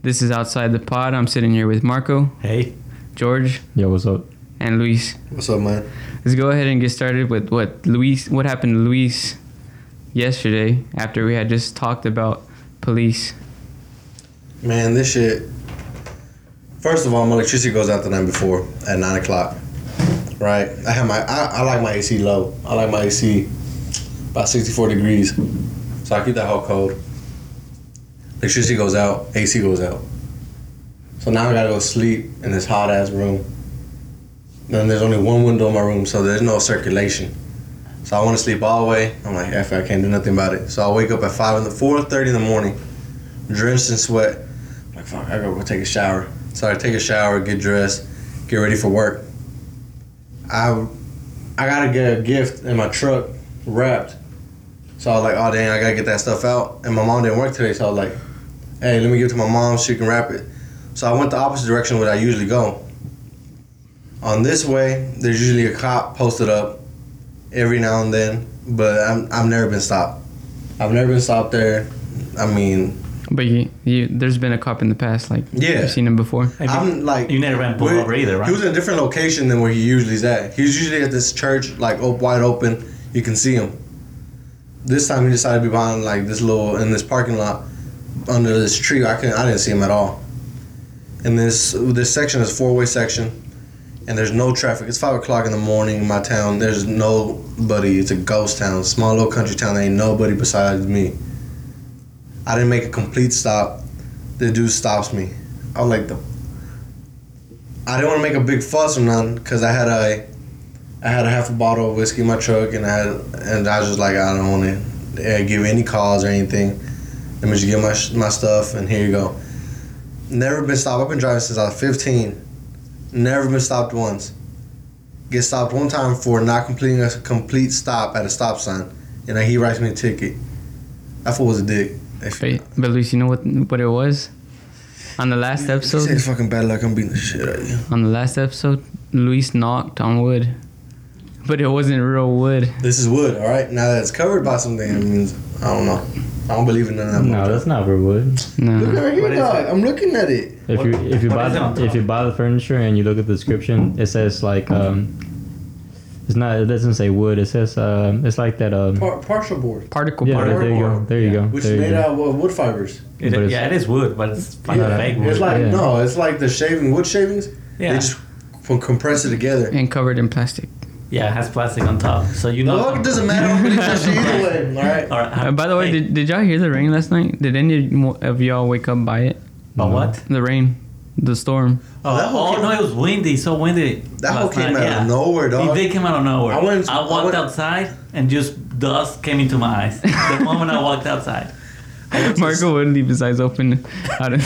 This is Outside the Pod. I'm sitting here with Marco, Hey. George, Yo, what's up? and Luis. What's up, man? Let's go ahead and get started with what Luis what happened to Luis yesterday after we had just talked about police. Man, this shit. First of all, my electricity goes out the night before at nine o'clock. Right? I have my I, I like my AC low. I like my AC about sixty four degrees. So I keep that whole cold. Electricity goes out, AC goes out. So now I gotta go sleep in this hot ass room. Then there's only one window in my room, so there's no circulation. So I wanna sleep all the way. I'm like, F it, I can't do nothing about it. So I wake up at five in the four thirty in the morning, drenched in sweat. like, fuck, I gotta go take a shower. So I take a shower, get dressed, get ready for work. I I gotta get a gift in my truck wrapped. So I was like, oh dang, I gotta get that stuff out. And my mom didn't work today, so I was like, hey, let me give it to my mom, she can wrap it. So I went the opposite direction where I usually go. On this way, there's usually a cop posted up every now and then, but I'm, I've never been stopped. I've never been stopped there. I mean, But you, you, there's been a cop in the past, like Yeah. you've seen him before. Have you- I'm like you never been pulled where- over either, right? He was in a different location than where he usually is at. He was usually at this church, like op- wide open. You can see him. This time he decided to be behind like this little in this parking lot under this tree. I couldn't. I didn't see him at all. And this this section is four way section, and there's no traffic. It's five o'clock in the morning in my town. There's nobody. It's a ghost town, small little country town. There ain't nobody besides me. I didn't make a complete stop. The dude stops me. I was like, the I didn't want to make a big fuss or none because I had a, I had a half a bottle of whiskey in my truck and I had, and I was just like I don't want to give any calls or anything. Let me just get my sh- my stuff and here you go. Never been stopped. I've been driving since I was 15. Never been stopped once. Get stopped one time for not completing a complete stop at a stop sign, and then he writes me a ticket. I thought was a dick. If But, but Luis, you know what what it was? On the last He said, episode, fucking bad luck. I'm beating the shit out of you. on the last episode, Luis knocked on wood, but it wasn't real wood. This is wood, all right. Now that it's covered by something, it means I don't know. I don't believe in none of that. No, that's not for wood. Look No, over here, What is dog. it? I'm looking at it. If What- you if you what buy is it on the, if top? you buy the furniture and you look at the description, it says like um, it's not it doesn't say wood. It says um, it's like that um. Par- partial board, particle Yeah, part. there you go. There you go. which there is you made go. out of wood fibers. It, But it's- yeah, it is wood, but it's fucking Yeah. fake wood. It's like Yeah. no, it's like the shaving wood shavings. yeah. They just f- compress it together. and covered in plastic. yeah, it has plastic on top. So you The know. fuck it doesn't matter. I don't believe that shit either way. All right. All right. Uh, by the way, hey, did, did y'all hear the rain last night? Did any of y'all wake up by it? But what? The rain, the storm. Oh, That whole came- no, it was windy. So windy. That whole last came night, out yeah. of nowhere, It dog. did came out of nowhere. I I, went- I walked went- outside and just dust came into my eyes. The moment I walked outside. Marco would leave his eyes open. Out of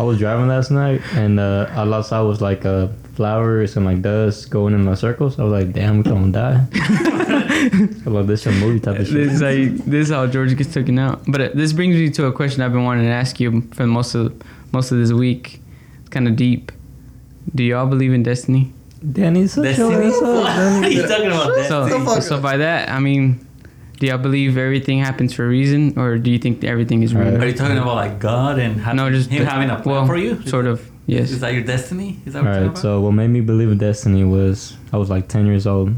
I was driving last night and uh, all outside was like uh, flowers and like dust going in my circles. I was like, damn, we're gonna die. I love this some movie type of shit. this is like this is how George gets taken out. But uh, this brings me to a question I've been wanting to ask you for most of most of this week. It's kind of deep. Do y'all believe in destiny? Danny, such Destiny? a what's up, What are Danny? you talking about? So, the Destiny? fuck so by that I mean, do y'all believe everything happens for a reason, or do you think everything is real? Are you talking about like God and ha- No, just him having a plan well, for you? Sort of. Yes. Is that your destiny? Is that All what you're right, talking about? so what made me believe in destiny was I was like 10 years old.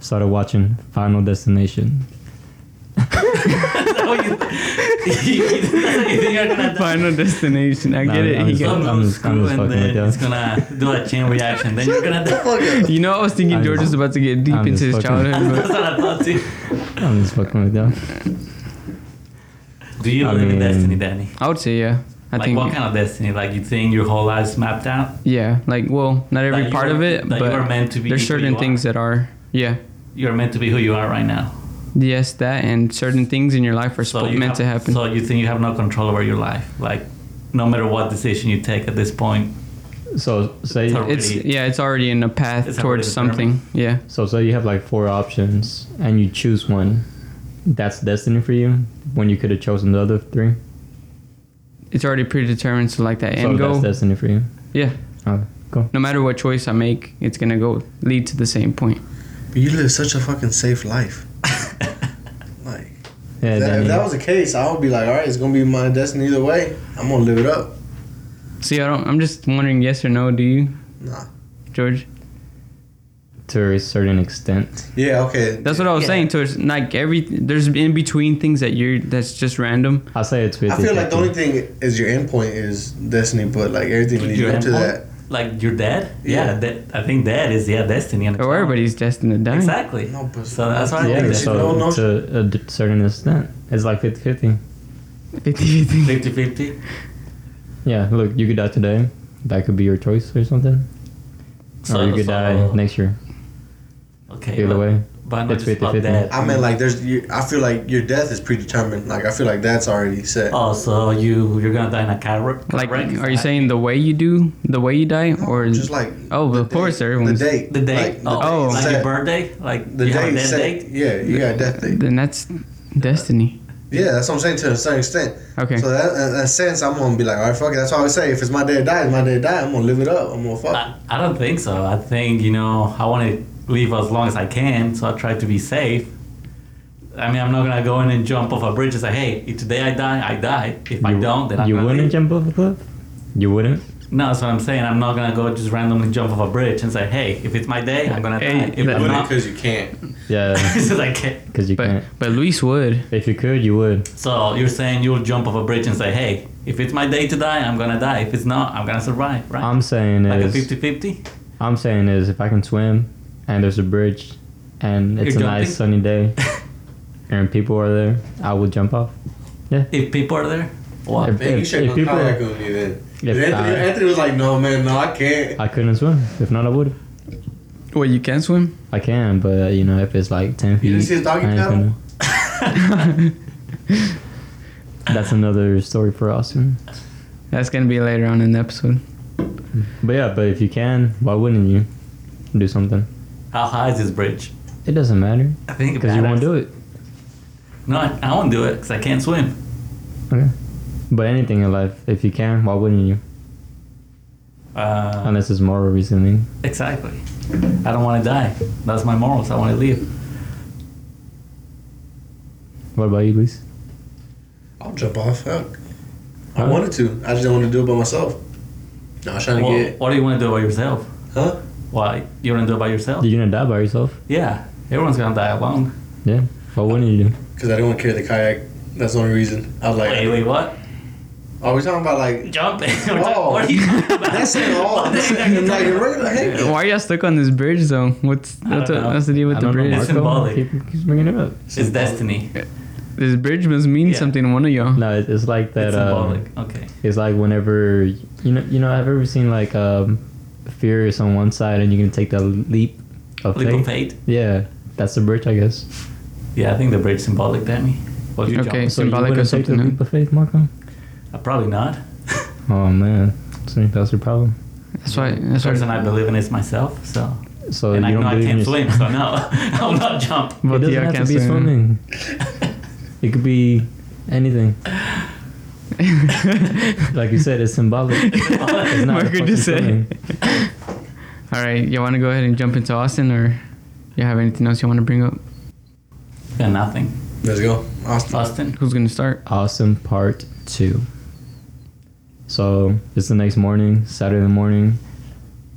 Started watching Final Destination. Is that what you- That's what you think you're gonna die? Final destination. I Nah, get it. I'm He just- get- Some I'm little just- I'm screw just and fucking then with you. it's gonna do a chain reaction. Then you're gonna die. Fuck you know, I was thinking I'm George was just- about to get deep I'm into just his fucking- childhood. That's what I thought too. I'm just fucking with them. Do you I believe in mean, destiny, Danny? But I would say yeah. I like think what kind of destiny? Like you think your whole life's mapped out? yeah. Like well, not every That you part of are- it, that you but are meant to be there's who certain you things that are yeah. You're meant to be who you are right now. Yes, that and certain things in your life are spo- you meant have- to happen. So you think you have no control over your life? Like no matter what decision you take at this point, So say Sorry. it's already- yeah, it's already in a path It's already towards something. determined. Yeah, so say you have like four options and you choose one. That's destiny for you when you could have chosen the other three. it's already predetermined. So like that so end goal. that's destiny for you. Yeah, Okay, cool. no matter what choice I make, it's gonna go lead to the same point. But you live such a fucking safe life. like that, Yeah, then if you- that was the case, I would be like, all right, it's gonna be my destiny either way. I'm gonna live it up. See, I don't. I'm just wondering, yes or no? Do you, Nah. George? to a certain extent. Yeah. Okay. That's what I was Yeah. saying. Towards like every there's in between things that you're that's just random. I'll say it's 50 I feel like the only thing is your end point is destiny, but like everything leads Your up to end that. Like your dad? Yeah. Yeah, that, I think that is yeah destiny. And Or everybody's destined to die. Exactly. No, but- so that's why I yeah, think there's that's no- so no- to a d- certain extent. It's like 50 50. 50-50. 50 50. Yeah, look, you could die today. That could be your choice or something. or you could die next year. Okay. Either but- way. But I'm not it's just about 50-50. that. I mean, like, there's. You, I feel like your death is predetermined. Like, I feel like that's already set. Oh, so you you're gonna die in a car wreck? Like, wreck? are you saying the way you do, the way you die, No, or just like oh, the of course, date- everyone's the date, the day? like, oh, oh. like set. your birthday? Like the you have a date, dead set. date? Yeah, you got a death date. Then that's destiny. Yeah, that's what I'm saying to a certain extent. Okay. So that, in that sense, I'm gonna be like, all right, fuck it. That's all I say. If it's my day to die, it's my day to die. I'm gonna live it up. I'm gonna fuck. I, I don't think so. I think you know I want to leave as long as I can, so I try to be safe. I mean, I'm not gonna go in and jump off a bridge and say, "Hey, if today I die, I die. If I You- don't, then I'm You gonna wouldn't leave." jump off a cliff? You wouldn't? No, that's what I'm saying. I'm not gonna go just randomly jump off a bridge and say, "Hey, if it's my day, I'm gonna Hey, die." If that- I'm not, you can't. Yeah, it's like, okay. because you But can't. but Luis would. If you could, you would. so you're saying you'll jump off a bridge and say, "Hey, if it's my day to die, I'm gonna die. If it's not, I'm gonna survive." Right? I'm saying like a is, 50-50? I'm saying is, if I can swim, and there's a bridge, and it's You're a nice jumping? sunny day, and people are there, I will jump off. If people are there, what? If- if- if people- with me then. If I- was like, no, man, no, I can't. I couldn't swim. If not, I would. Well, you can swim. I can, but uh, you know, if it's like ten feet, You didn't see his doggy I ain't paddle? gonna- That's another story for Austin. That's gonna be later on in the episode. But yeah, but if you can, why wouldn't you do something? How high is this bridge? It doesn't matter I think because you won't do it. No, I, I won't do it because I can't swim. Okay. But anything in life, if you can, why wouldn't you? Uh, Unless it's moral reasoning. Exactly. I don't want to die. That's my morals. I want to live. What about you, Luis? I'll jump off. Fuck. I Huh? wanted to. I just didn't want to do it by myself. No, I was trying to Well, get. what do you want to do by yourself? Huh? Why you want to do it by yourself? You're gonna die by yourself. Yeah, everyone's gonna die alone. Yeah. Why wouldn't you do? Because I didn't want to carry the kayak. That's the only reason. I was like, Wait, wait, what? are we talking about like. Jump! Oh, what are you talking about? That's it all. What the That's heck are you it. Like, talking about? regular hanging. Why are y'all stuck on this bridge though? What's I what's, don't know. what's the deal with I the don't know, bridge? It's symbolic. Keep, keep bringing it up. It's destiny. This bridge must mean Yeah. something to one of y'all. No, it, it's like that. it's um, symbolic. okay. It's like whenever you know, you know, I've ever seen like um, fear is on one side, and you can take that leap of Leap faith. of faith. Yeah, that's the bridge, I guess. Yeah, I think the bridge symbolic, Danny. Well, you Okay. jump. It's symbolic or wouldn't something, Take huh? the leap of faith, Marco. Uh, probably not. Oh man, see, that's your problem. That's why. The That's person why. I believe in is myself. So, So and Oh, you I don't know I believe in can't swim, so yourself. no, I'll not jump. Both It of doesn't y'all have to can't be swim. swimming. It could be anything. Like you said, it's symbolic. It's not Marco fucking just said. swimming. All right, you want to go ahead and jump into Austin, or you have anything else you want to bring up? Yeah, nothing. Let's go. Austin. Austin. Who's gonna start? Awesome Part 2. So it's the next morning, Saturday morning.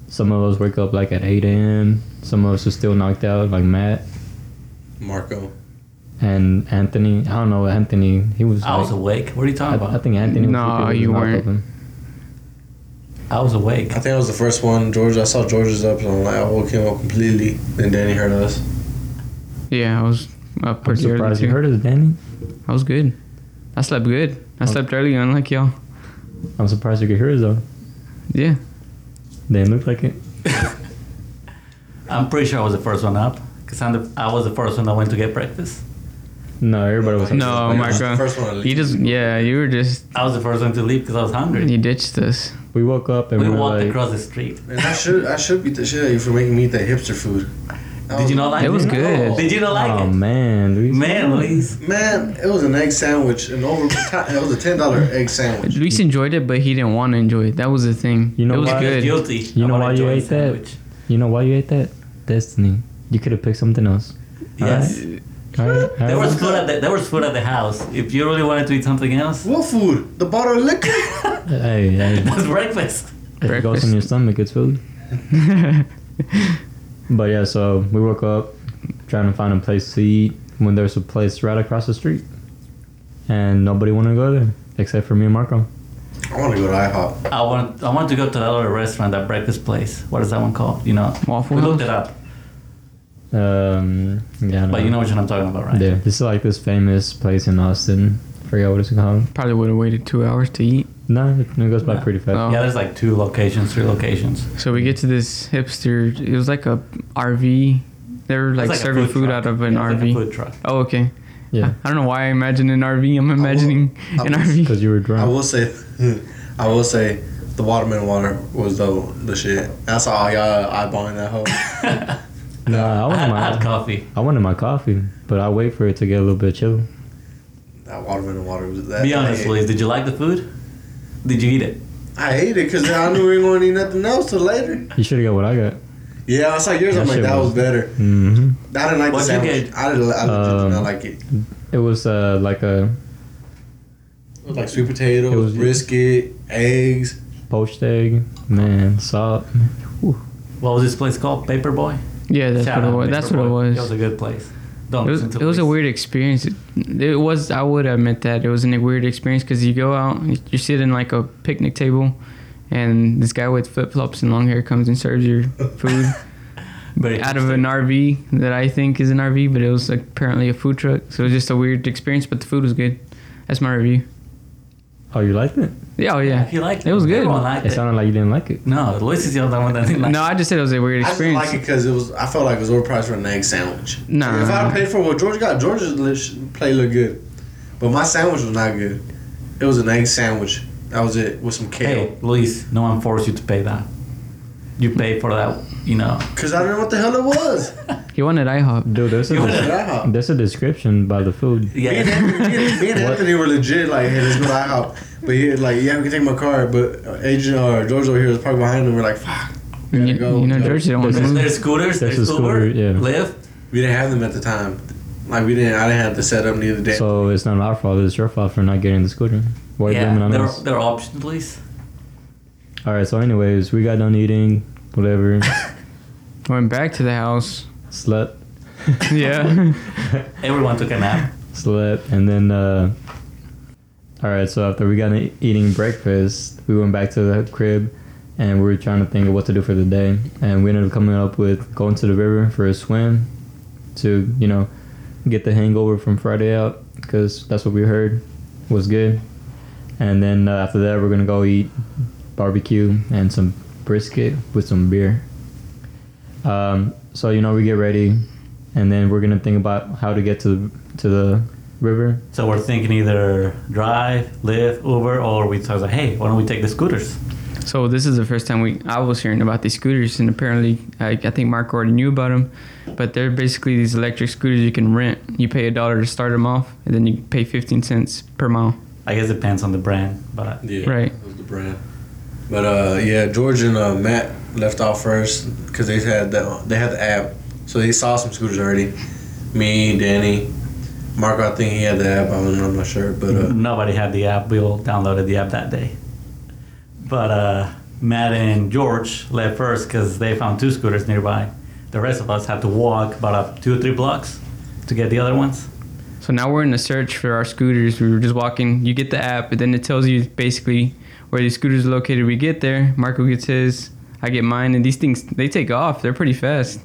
Some of us wake up like at 8 a.m. Some of us are still knocked out, like Matt Marco. and Anthony. I don't know, Anthony. He was. I was like- awake. What are you I, talking about? I think Anthony was. No, sleeping, he you was knocked weren't. open. I was awake. I think I was the first one. George, I saw George's up, so I'm like, I woke him up completely. Then Danny heard us. Yeah, I was up I'm pretty early surprised too. you heard us, Danny. I was good. I slept good. I Okay. slept early, unlike y'all. I'm surprised you could hear us, though. Yeah. Didn't look like it. I'm pretty sure I was the first one up because I'm the, I was the first one that went to get breakfast. No, everybody was. No, I was the Marco. first one to leave. You just yeah, you were just I was the first one to leave because I was hungry. you ditched us. We woke up and We we, were walked like, across the street. Man, I should I should beat the shit out of you for making me eat that hipster food. That Did you not like it? It was good. Did you not like "Oh it? man, Luis. Man, Luis. Man, it was an egg sandwich, an over. it was a ten dollar egg sandwich. Luis enjoyed it, but he didn't want to enjoy it. That was the thing. You know it was why- I feel good. Guilty. You know about why you enjoying ate that? sandwich. You know why you ate that? Destiny. You could have picked something else. Yes. All right, all There right. was food at the, there was food at the house. If you really wanted to eat something else, What food? The bottle of liquor? Hey, hey, that's breakfast. if it goes Breakfast. in your stomach, it's food. But yeah, so we woke up trying to find a place to eat when there's a place right across the street, and nobody wanted to go there except for me and Marco. I want to go to IHOP. I want I want to go to that other restaurant, that breakfast place. What is that one called? You know, Waffle we looked House? it up, Um, yeah, I but you know what I'm talking about, right? yeah, this is like this famous place in Austin. Forgot what it's called. Probably would have waited two hours to eat. No, it it goes by No. pretty fast. Oh. Yeah, there's like two locations, three locations. So we get to this hipster. It was like a RV. They were like, It's a serving food, out truck. of an Yeah, it's like a RV. food truck. Oh, oh, okay. Yeah, I don't know why I imagine an RV. I'm imagining I an will- RV. because you were I drunk. will say, I will say, the watermelon water was the the shit. That's all y'all eyeballing that hoe. No, Uh, I I wanted had, I had my coffee. I wanted my coffee, but I wait for it to get a little bit chill. That watermelon water was that. Be honest, I, Luis. Did you like the food? Did you eat it? I hate it because I knew we were going to eat nothing else till later. You should have got what I got. Yeah, I saw yours. I'm That like, shit that was was- better. hmm I didn't like the What'd you sandwich. get? I didn't. I legit did Um, not like it. It was uh, like a It was like sweet potatoes, it was- brisket, eggs. poached egg, man, salt. Whew. What was this place called? Paperboy. Yeah, that's Shout what it out, was. That's what it Paperboy. was. It was a good place. It Don't was, listen to it was a Luis. weird experience. It, it was. I would admit that it was a weird experience because you go out, you sit in like a picnic table, and this guy with flip flops and long hair comes and serves your food Very out of an RV that I think is an RV, but it was apparently a food truck. So it was just a weird experience, but the food was good. That's my review. Oh, you liked it? Yeah, oh yeah. If you liked it, It was good. Everyone liked It it. sounded like you didn't like it. No, Luis is the only one that didn't like No, I just said it was a weird I just experience. like it because it was. I felt like it was overpriced for an egg sandwich. Nah. If I paid for what George got, George's li- play looked good, but my sandwich was not good. It was an egg sandwich. That was it with some kale. Hey, Luis, no one forced you to pay that. You pay for that, you know. Cause I didn't know what the hell it was. He wanted IHOP. Dude, there's You a, wanna- IHOP. there's a description by the food. Me and Yeah. Anthony, me and- me and What? Anthony were legit like, hey, let's go to IHOP. But he was like, yeah, we can take my car. But uh, Agent or George over here was parked behind him. We're like, fuck. we You, gotta go. you know, George didn't want to There's, move. there's scooters, There's there's, a Uber, scooter, yeah. Lyft. We didn't have them at the time. Like we didn't. I didn't have the setup neither did. So it's not our fault, it's your fault for not getting the scooter. Why are you yeah, blaming on they're, us? they're options, Luis. Alright, so anyways, we got done eating, whatever, Went back to the house. slept, Yeah. Everyone took a nap. slept, and then, uh, alright, so after we got done eating breakfast, we went back to the crib and we were trying to think of what to do for the day. And we ended up coming up with going to the river for a swim to, you know, get the hangover from Friday out because that's what we heard was good. And then uh, after that, we're gonna go eat barbecue and some brisket with some beer. Um, so you know we get ready, and then we're gonna think about how to get to to the river. So we're thinking either drive, Lyft, Uber, or we thought, like, hey, why don't we take the scooters? so this is the first time we I was hearing about these scooters, and apparently I, I think Mark already knew about them, but they're basically these electric scooters you can rent. You pay a dollar to start them off, and then you pay 15 cents per mile. I guess it depends on the brand, but I- Yeah, Right. That was the brand. But uh, yeah, George and uh, Matt left off first because they had the they had the app, so they saw some scooters already. Me, Danny, Marco. I think he had the app. I don't know. I'm not sure, but uh, nobody had the app. We all downloaded the app that day. But uh, Matt and George left first because they found two scooters nearby. The rest of us had to walk about up two or three blocks to get the other ones. So now we're in the search for our scooters. We were just walking. You get the app, and then it tells you basically where the scooters are located. We get there. Marco gets his. I get mine, and these things they take off. They're pretty fast.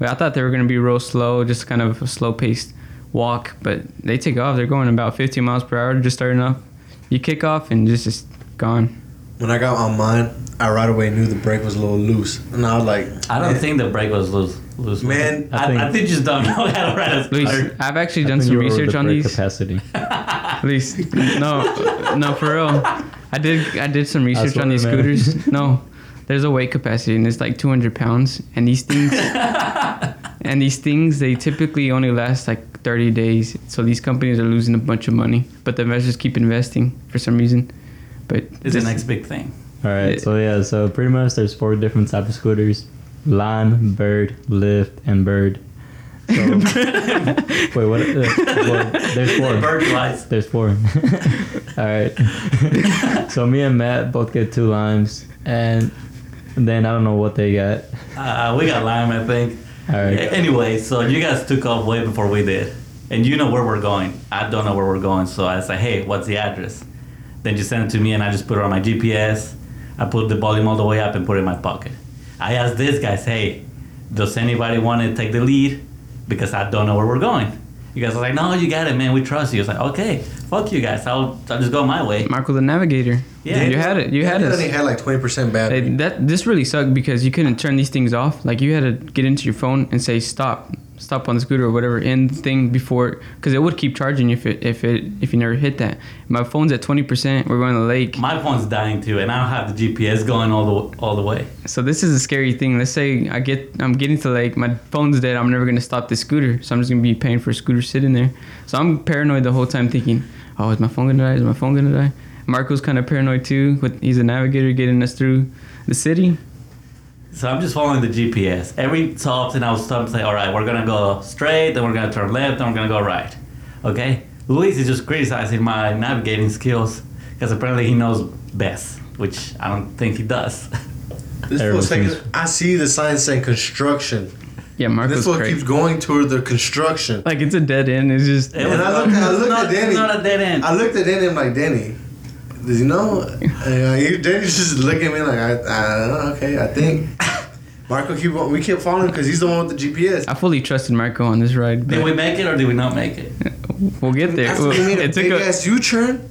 But I thought they were gonna be real slow, just kind of a slow paced walk, but they take off. They're going about 15 miles per hour, just starting off. You kick off and just just gone. when I got on mine, I right away knew the brake was a little loose, and I was like, I don't "Man, think the brake was loose. loose Man, I, I, I think- think, you just don't know how to ride a Luis, scooter. I've actually I done think some you were over research the on brake these. capacity. At least, no, no, for real. I did, I did some research what on these I meant. scooters. No, there's a weight capacity, and it's like 200 pounds. And these things, and these things, they typically only last like 30 days. So these companies are losing a bunch of money, but the investors keep investing for some reason. But It's the this- next big thing. All right, so yeah, so pretty much there's four different types of scooters: line, bird, lift, and bird. So, wait, what? Uh, well, there's They four. Burglarized. There's four. All right. so me and Matt both get two limes, and then I don't know what they got. Uh, we got lime, I think. All right. A- Anyway, so you guys took off way before we did. And you know where we're going. I don't know where we're going. So I said, hey, what's the address? Then you sent it to me, and I just put it on my GPS. I put the volume all the way up and put it in my pocket. I asked this guy, hey, does anybody want to take the lead? Because I don't know where we're going. You guys are like, no, you got it, man. We trust you. It's like, okay, fuck you guys. I'll, I'll just go my way. Michael the Navigator. Yeah. you had it. You had Daniel only it. had like twenty percent battery. that this really sucked because you couldn't turn these things off. Like you had to get into your phone and say stop, stop on the scooter or whatever end thing before, because it would keep charging you if it if it if you never hit that. My phone's at twenty percent. We're going to the lake. My phone's dying too, and I don't have the GPS going all the all the way. So this is a scary thing. Let's say I get, I'm getting to like my phone's dead. I'm never gonna stop the scooter, so I'm just gonna be paying for a scooter sitting there. So I'm paranoid the whole time, thinking, oh, is my phone gonna die? Is my phone gonna die? Marco's kind of paranoid too. With he's a navigator getting us through the city. So I'm just following the GPS. Every so often I'll stop and say, all right, we're going to go straight, then we're going to turn left, then we're going to go right. Okay? Luis is just criticizing my navigating skills because apparently he knows best, which I don't think he does. This Everyone fool's taking. seems- I see the sign saying construction. Yeah, This Marco's fool crazy. keeps going toward the construction. Like it's a dead end. It's just It And I not- looked at- I it's looked not, at Danny. it's not a dead end. I looked at Danny. I'm like, Danny, does he know? And uh, he, Danny's just looking at me like, I, I okay, I think. Marco keep on- we kept following because he's the one with the GPS. I fully trusted Marco on this ride. Did But we make it or did we not make it? we'll get there. After Well, we made a it took big a, ass U-turn,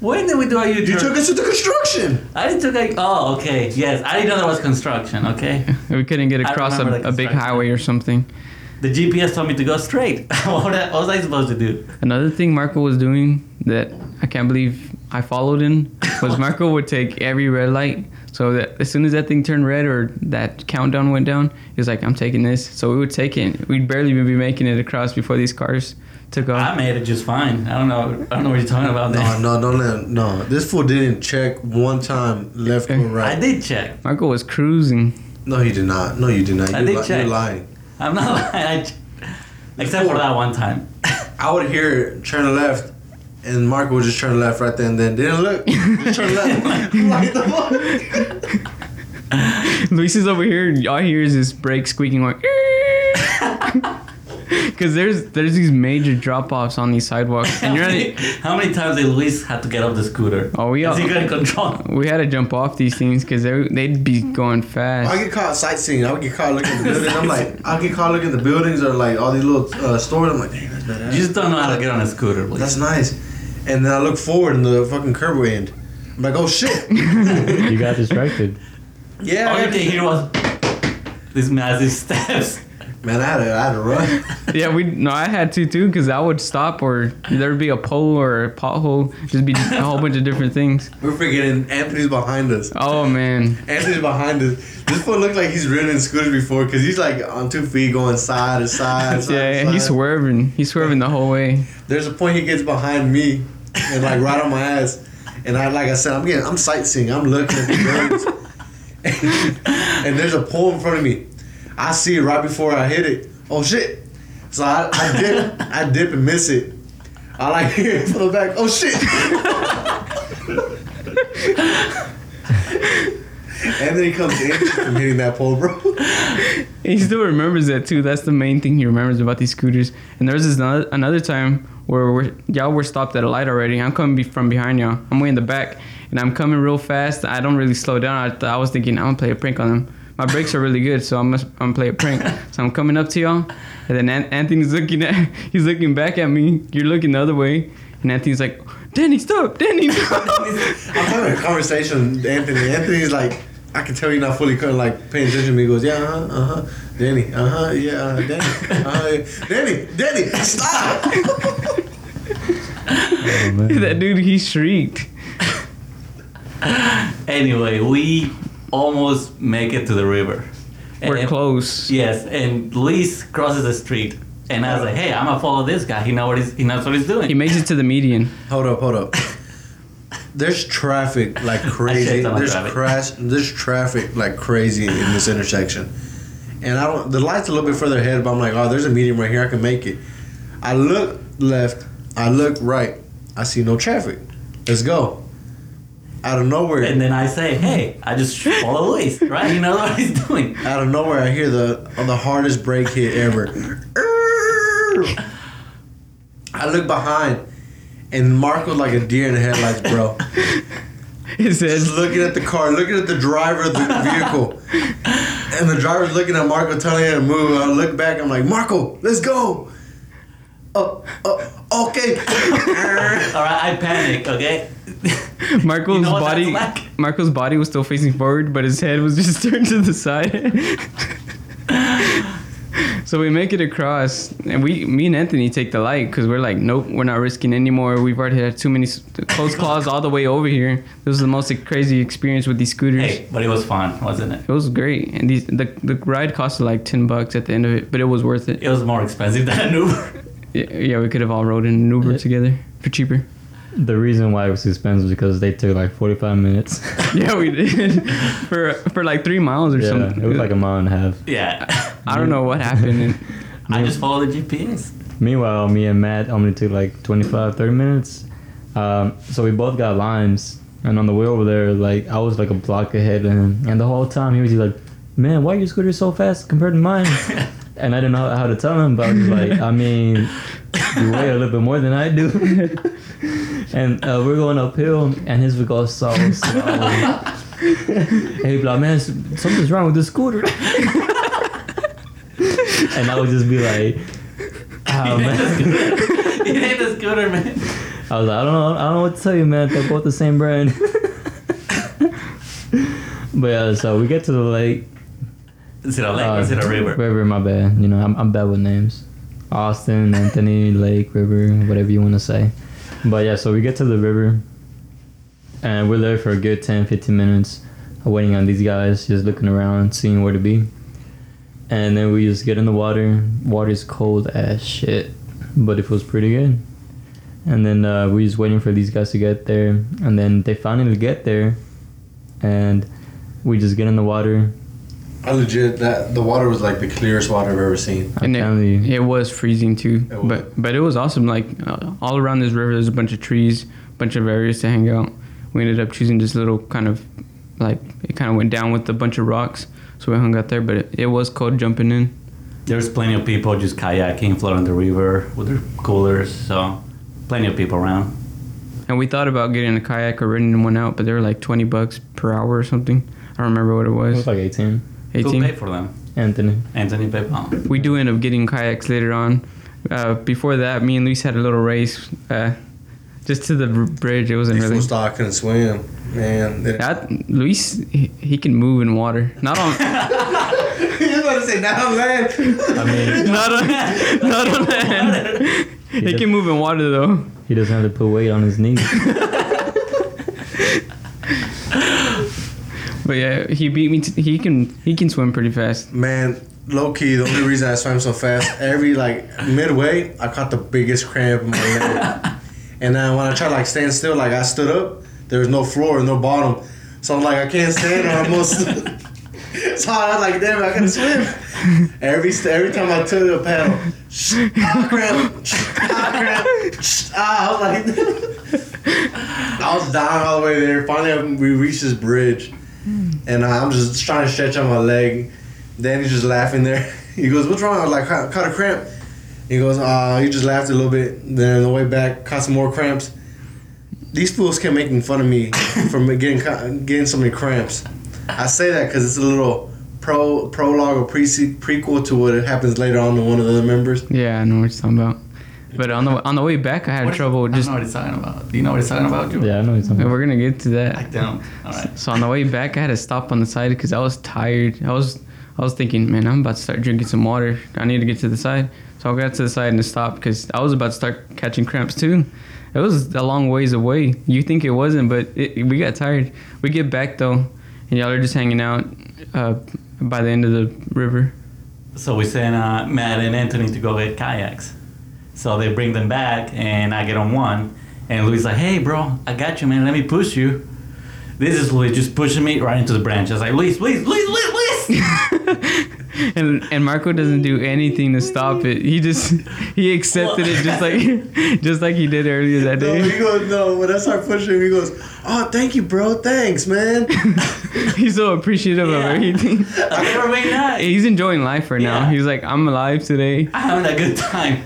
When did we do our U-turn? you took us to the construction. I didn't took a... Oh, okay. Yes, I didn't know there was construction, okay? we couldn't get I across a, remember the a big construction. highway or something. The GPS told me to go straight. what was I supposed to do? Another thing Marco was doing that I can't believe I followed in was Marco would take every red light. So that as soon as that thing turned red or that countdown went down, he was like, "I'm taking this." So we would take it. We'd barely even be making it across before these cars took I off. made it just fine. I don't know. I don't know what you're talking about. No, Dan. no, no, no, no. This fool didn't check one time left or I right. did check. Marco was cruising. No, he did not. No, you did not. I You're, did li- check. you're lying. I'm not lying. I ch- Except for that one time. I would hear turn left, and Marco would just turn left right then. and Then didn't look. Just turn left. I'm like, the fuck? Luis is over here. and All he hears is brake squeaking like. Because there's there's these major drop offs on these sidewalks, and you're how, on many, it. how many times did Luis had to get off the scooter? Oh, we Is he all- couldn't control? We had to jump off these things because they'd be going fast. I get caught sightseeing. I would get caught looking at the buildings. I'm like, I get caught looking at the buildings or like all these little uh, stores. I'm like, dang, that's You badass. just don't know how to get on a scooter, Luis. That's nice. And then I look forward and the fucking curb will end. I'm like, oh shit. You got distracted. yeah. all I you got can hear was these massive steps. you. Man, I had to, I had to run. Yeah, we no, I had to too because I would stop or there'd be a pole or a pothole, just be a whole bunch of different things. We're forgetting Anthony's behind us. Oh man, Anthony's behind us. This fool looked like he's ridden in scooters before because he's like on two feet going side to side. side yeah, to he's side. swerving, he's swerving the whole way. There's a point he gets behind me and like right on my ass. And I, like I said, I'm getting, I'm sightseeing. I'm looking at the birds. and there's a pole in front of me. I see it right before I hit it. Oh shit! So I, I dip, I dip and miss it. I like hear it from the back. Oh shit! and then he comes in from hitting that pole, bro. He still remembers that too. That's the main thing he remembers about these scooters. And there's this another, another time where we're, y'all were stopped at a light already. I'm coming be, from behind y'all. I'm way in the back, and I'm coming real fast. I don't really slow down. I, th- I was thinking I'm gonna play a prank on him. My brakes are really good, so I'm gonna, I'm gonna play a prank. So I'm coming up to y'all, and then An- Anthony's looking at he's looking back at me. You're looking the other way, and Anthony's like, "Danny, stop! Danny, stop!" I'm having a conversation with Anthony. Anthony's like, I can tell you're not fully kind of like paying attention to me. He goes, yeah, uh huh, uh huh. Danny, uh huh, yeah, uh, Danny, uh-huh, yeah. Danny, Danny, stop! Oh, man. that dude, he shrieked. Anyway, we almost make it to the river. We're And- close. Yes, and Luis crosses the street, and I was like, "Hey, I'm gonna follow this guy. He know what he's, he knows what he's doing." He makes it to the median. Hold up, hold up. There's traffic like I crazy. shit on There's traffic. crash. There's traffic like crazy in this intersection, and I don't. The light's a little bit further ahead, but I'm like, oh, there's a medium right here. I can make it. I look left. I look right. I see no traffic. Let's go. Out of nowhere. And then I say, hey, I just follow Luis, right? You know what he's doing. out of nowhere, I hear the the hardest brake hit ever. I look behind, and Marco like a deer in the headlights, bro. It says Just looking at the car, looking at the driver of the vehicle, and the driver's looking at Marco, telling him to move. I look back, I'm like, Marco, let's go. Oh, oh okay. All right, I panic, okay? Marco's You know what body that's like? Marco's body was still facing forward, but his head was just turned to the side. so we make it across, and we, me and Anthony take the light because we're like, nope, we're not risking anymore. We've already had too many s- close calls all the way over here. This was the most e-, crazy experience with these scooters. Hey, but it was fun, wasn't it? It was great, and these the the ride costed like ten bucks at the end of it, but it was worth it. It was more expensive than an Uber. Yeah, yeah we could have all rode in an Uber Yeah. together for cheaper. The reason why it was expensive is because they took like 45 minutes. yeah, we did for for like three miles or yeah, something. it was like a mile and a half. Yeah. I don't know what happened. And, I just follow the GPS. Meanwhile, me and Matt only took like 25, 30 minutes. Um, so we both got limes. And on the way over there, like I was like a block ahead, and and the whole time he was just like, "Man, why are your scooter so fast compared to mine?" and I didn't know how to tell him, but I was like, "I mean, you weigh a little bit more than I do." and uh, we're going uphill, and his would go so slow. and he'd be like, "Man, s- something's wrong with the scooter." and I would just be like, "Oh you, hate the man." scooter. you hate the scooter, man. I was like, I don't know, I don't know what to tell you, man. They're both the same brand. but yeah, so we get to the lake. Is it a lake or uh, is it a river? River, my bad. You know, I'm, I'm bad with names. Austin, Anthony, Lake, River, whatever you want to say. But yeah, so we get to the river, and we're there for a good 10, 15 minutes, waiting on these guys, just looking around, seeing where to be. And then we just get in the water. Water's cold as shit, but it feels pretty good. And then uh, we're just waiting for these guys to get there, and then they finally get there, and we just get in the water. I legit that the water was like the clearest water I've ever seen. I'm and telling you. it, it was freezing too, It was. but but it was awesome. Like uh, all around this river, there's a bunch of trees, bunch of areas to hang out. We ended up choosing this little kind of like it kind of went down with a bunch of rocks, so we hung out there. But it, it was cold jumping in. There's plenty of people just kayaking, floating the river with their coolers, so plenty of people around. And we thought about getting a kayak or renting one out, but they were like 20 bucks per hour or something. I don't remember what it It was was. like 18. Who 18. paid for them? Anthony. Anthony paid for them. We do end up getting kayaks later on. Uh, before that, me and Luis had a little race uh, just to the r- bridge. It wasn't These really. fools thought I couldn't swim, man. They- That Luis, he, he can move in water. Not on, you about to say now land? I mean, not on, not on land. He Yeah. can move in water though. he doesn't have to put weight on his knees. But yeah, he beat me. T- he can, he can swim pretty fast. Man, low key, the only reason I swam so fast, every like midway, I caught the biggest cramp in my leg. And then when I tried to like stand still, like I stood up, there was no floor, no bottom. So I'm like, I can't stand or almost. so I was like, damn, I gotta swim. Every st- every time I took a paddle, ah, cramp, ah, cramp, ah, I was like, I was dying all the way there. Finally, we reached this bridge, and I'm just trying to stretch out my leg. Danny's just laughing there. He goes, "What's wrong?" I was like, "Ca- "Caught a cramp." He goes, "Ah," he just laughed a little bit. Then on the way back, caught some more cramps. These fools kept making fun of me for me getting ca- getting so many cramps. I say that because it's a little pro prologue or pre prequel to what happens later on to one of the other members. Yeah, I know what you're talking about. But on the on the way back, I had What is- trouble. I don't Just know what he's talking about. Do you know what he's talking about, Drew? Yeah, I know he's on. we're gonna get to that. I don't. All right. So on the way back, I had to stop on the side because I was tired. I was I was thinking, man, I'm about to start drinking some water. I need to get to the side. So I got to the side and I stopped because I was about to start catching cramps too. It was a long ways away. You think it wasn't, but it, we got tired. We get back though, and y'all are just hanging out uh, by the end of the river. So we sent uh, Matt and Anthony to go get kayaks. So they bring them back, and I get on one, and Louis like, "Hey, bro, I got you, man. Let me push you." This is Louis just pushing me right into the branch. I was like, "Luis, Luis, Luis, Luis, Luis!" and and Marco doesn't do anything to stop it. He just he accepted it just like just like he did earlier that No, he day. goes, no, when I start pushing him, he goes, oh, thank you, bro. Thanks, man. He's so appreciative of Yeah. everything. I never made that. He's enjoying life right now. Yeah. He's like, I'm alive today. I'm having a good time.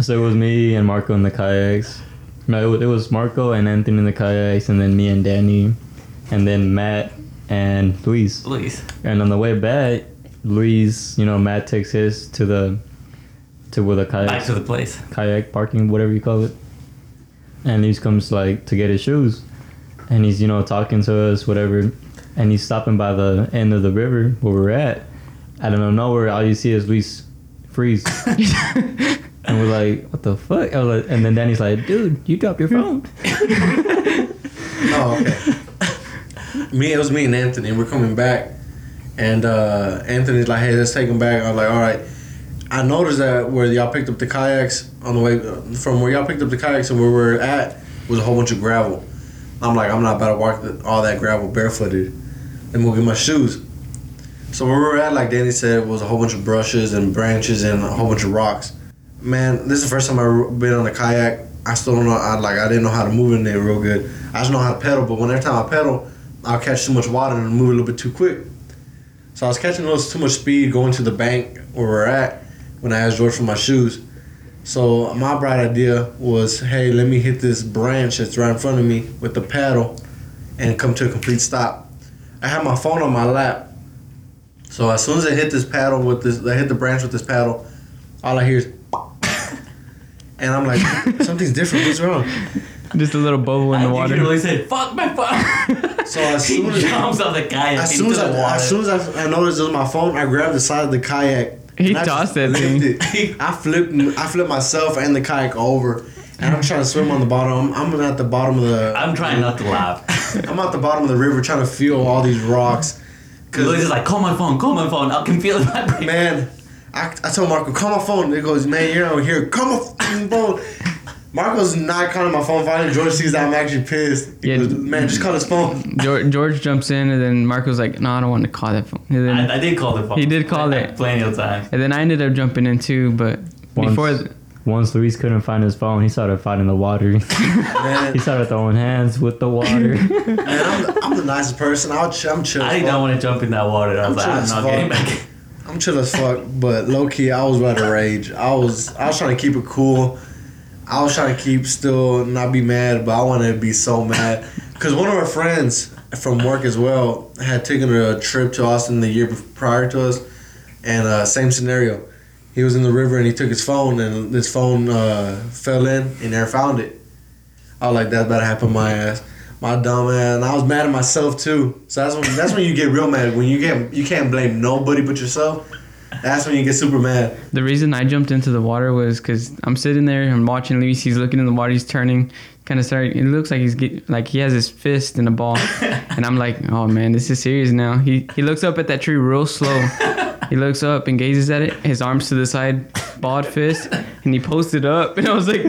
So it was me and Marco in the kayaks. No, it was, it was Marco and Anthony in the kayaks, and then me and Danny, and then Matt and Luis. Please. And on the way back, Luis, you know, Matt takes his to the to where the Back kayak to the place. kayak parking, whatever you call it. And Luis comes like to get his shoes, and he's you know talking to us, whatever. And he's stopping by the end of the river where we're at. Out of nowhere, all you see is Luis freeze. And we're like, what the fuck? I was like, and then Danny's like, dude, you dropped your phone. oh, okay. Me, it was me and Anthony. We're coming back, and uh, Anthony's like, "Hey, let's take him back." I was like, "All right." I noticed that where y'all picked up the kayaks on the way uh, from where y'all picked up the kayaks and where we're at was a whole bunch of gravel. I'm like, I'm not about to walk the, all that gravel barefooted. Then we'll get my shoes. So where we were at, like Danny said, was a whole bunch of brushes and branches and a whole bunch of rocks. Man, this is the first time I've been on a kayak. I still don't know. I like I didn't know how to move in there real good. I just know how to pedal, but when every time I pedal, I'll catch too much water and move a little bit too quick. So I was catching those too much speed going to the bank where we're at when I asked George for my shoes. So my bright idea was, hey, let me hit this branch that's right in front of me with the paddle and come to a complete stop. I had my phone on my lap. So as soon as I hit this paddle with this I hit the branch with this paddle, all I hear is and I'm like, something's different, what's wrong? Just a little bubble in the I water. literally said, fuck my phone. So as he soon as- jumps off the kayak As soon as, into I, the water. as soon as I, I noticed it was my phone, I grabbed the side of the kayak. He and I tossed just that thing. lifted it. I flipped, I flipped myself and the kayak over, and I'm trying to swim on the bottom. I'm, I'm at the bottom of the. I'm trying not to laugh. I'm at the bottom of the river trying to feel all these rocks. Luis is like, call my phone, call my phone. I can feel it vibrating. man, I, I told Marco, call my phone. He goes, man, you're out here. Call my fucking phone. Marco's not calling my phone. Finally, George sees that I'm actually pissed. He Yeah. goes, man, just call his phone. George, George jumps in, and then Marco's like, "No, I don't want to call that phone." And then, I, I did call the phone. He did call it. Plenty of times. and then I ended up jumping in too, but Once, before th- once Luis couldn't find his phone, he started fighting the water. Man, he started throwing hands with the water. man I'm, the, I'm the nicest person. I'll, ch- I'm chill. as I fuck. don't want to jump in that water. I was like, sure I'm it's not getting fun. back. in." I'm chill as fuck, but low key, I was about to rage. I was, I was trying to keep it cool. I was trying to keep still, not be mad, but I wanted to be so mad because one of our friends from work as well had taken a trip to Austin the year bef- prior to us, and uh, same scenario. He was in the river and he took his phone, and his phone uh, fell in and never found it. I was like, that's about to happen to my uh, ass. My dumb ass, and I was mad at myself too. So that's when that's when you get real mad. When you get you can't blame nobody but yourself. That's when you get super mad. The reason I jumped into the water was because I'm sitting there, I'm watching Luis. He's looking in the water, he's turning, kind of starting. It looks like he's get, like he has his fist in a ball, and I'm like, oh man, this is serious now. He he looks up at that tree real slow. he looks up and gazes at it, his arms to the side, bald fist, and he pulls it up, and I was like,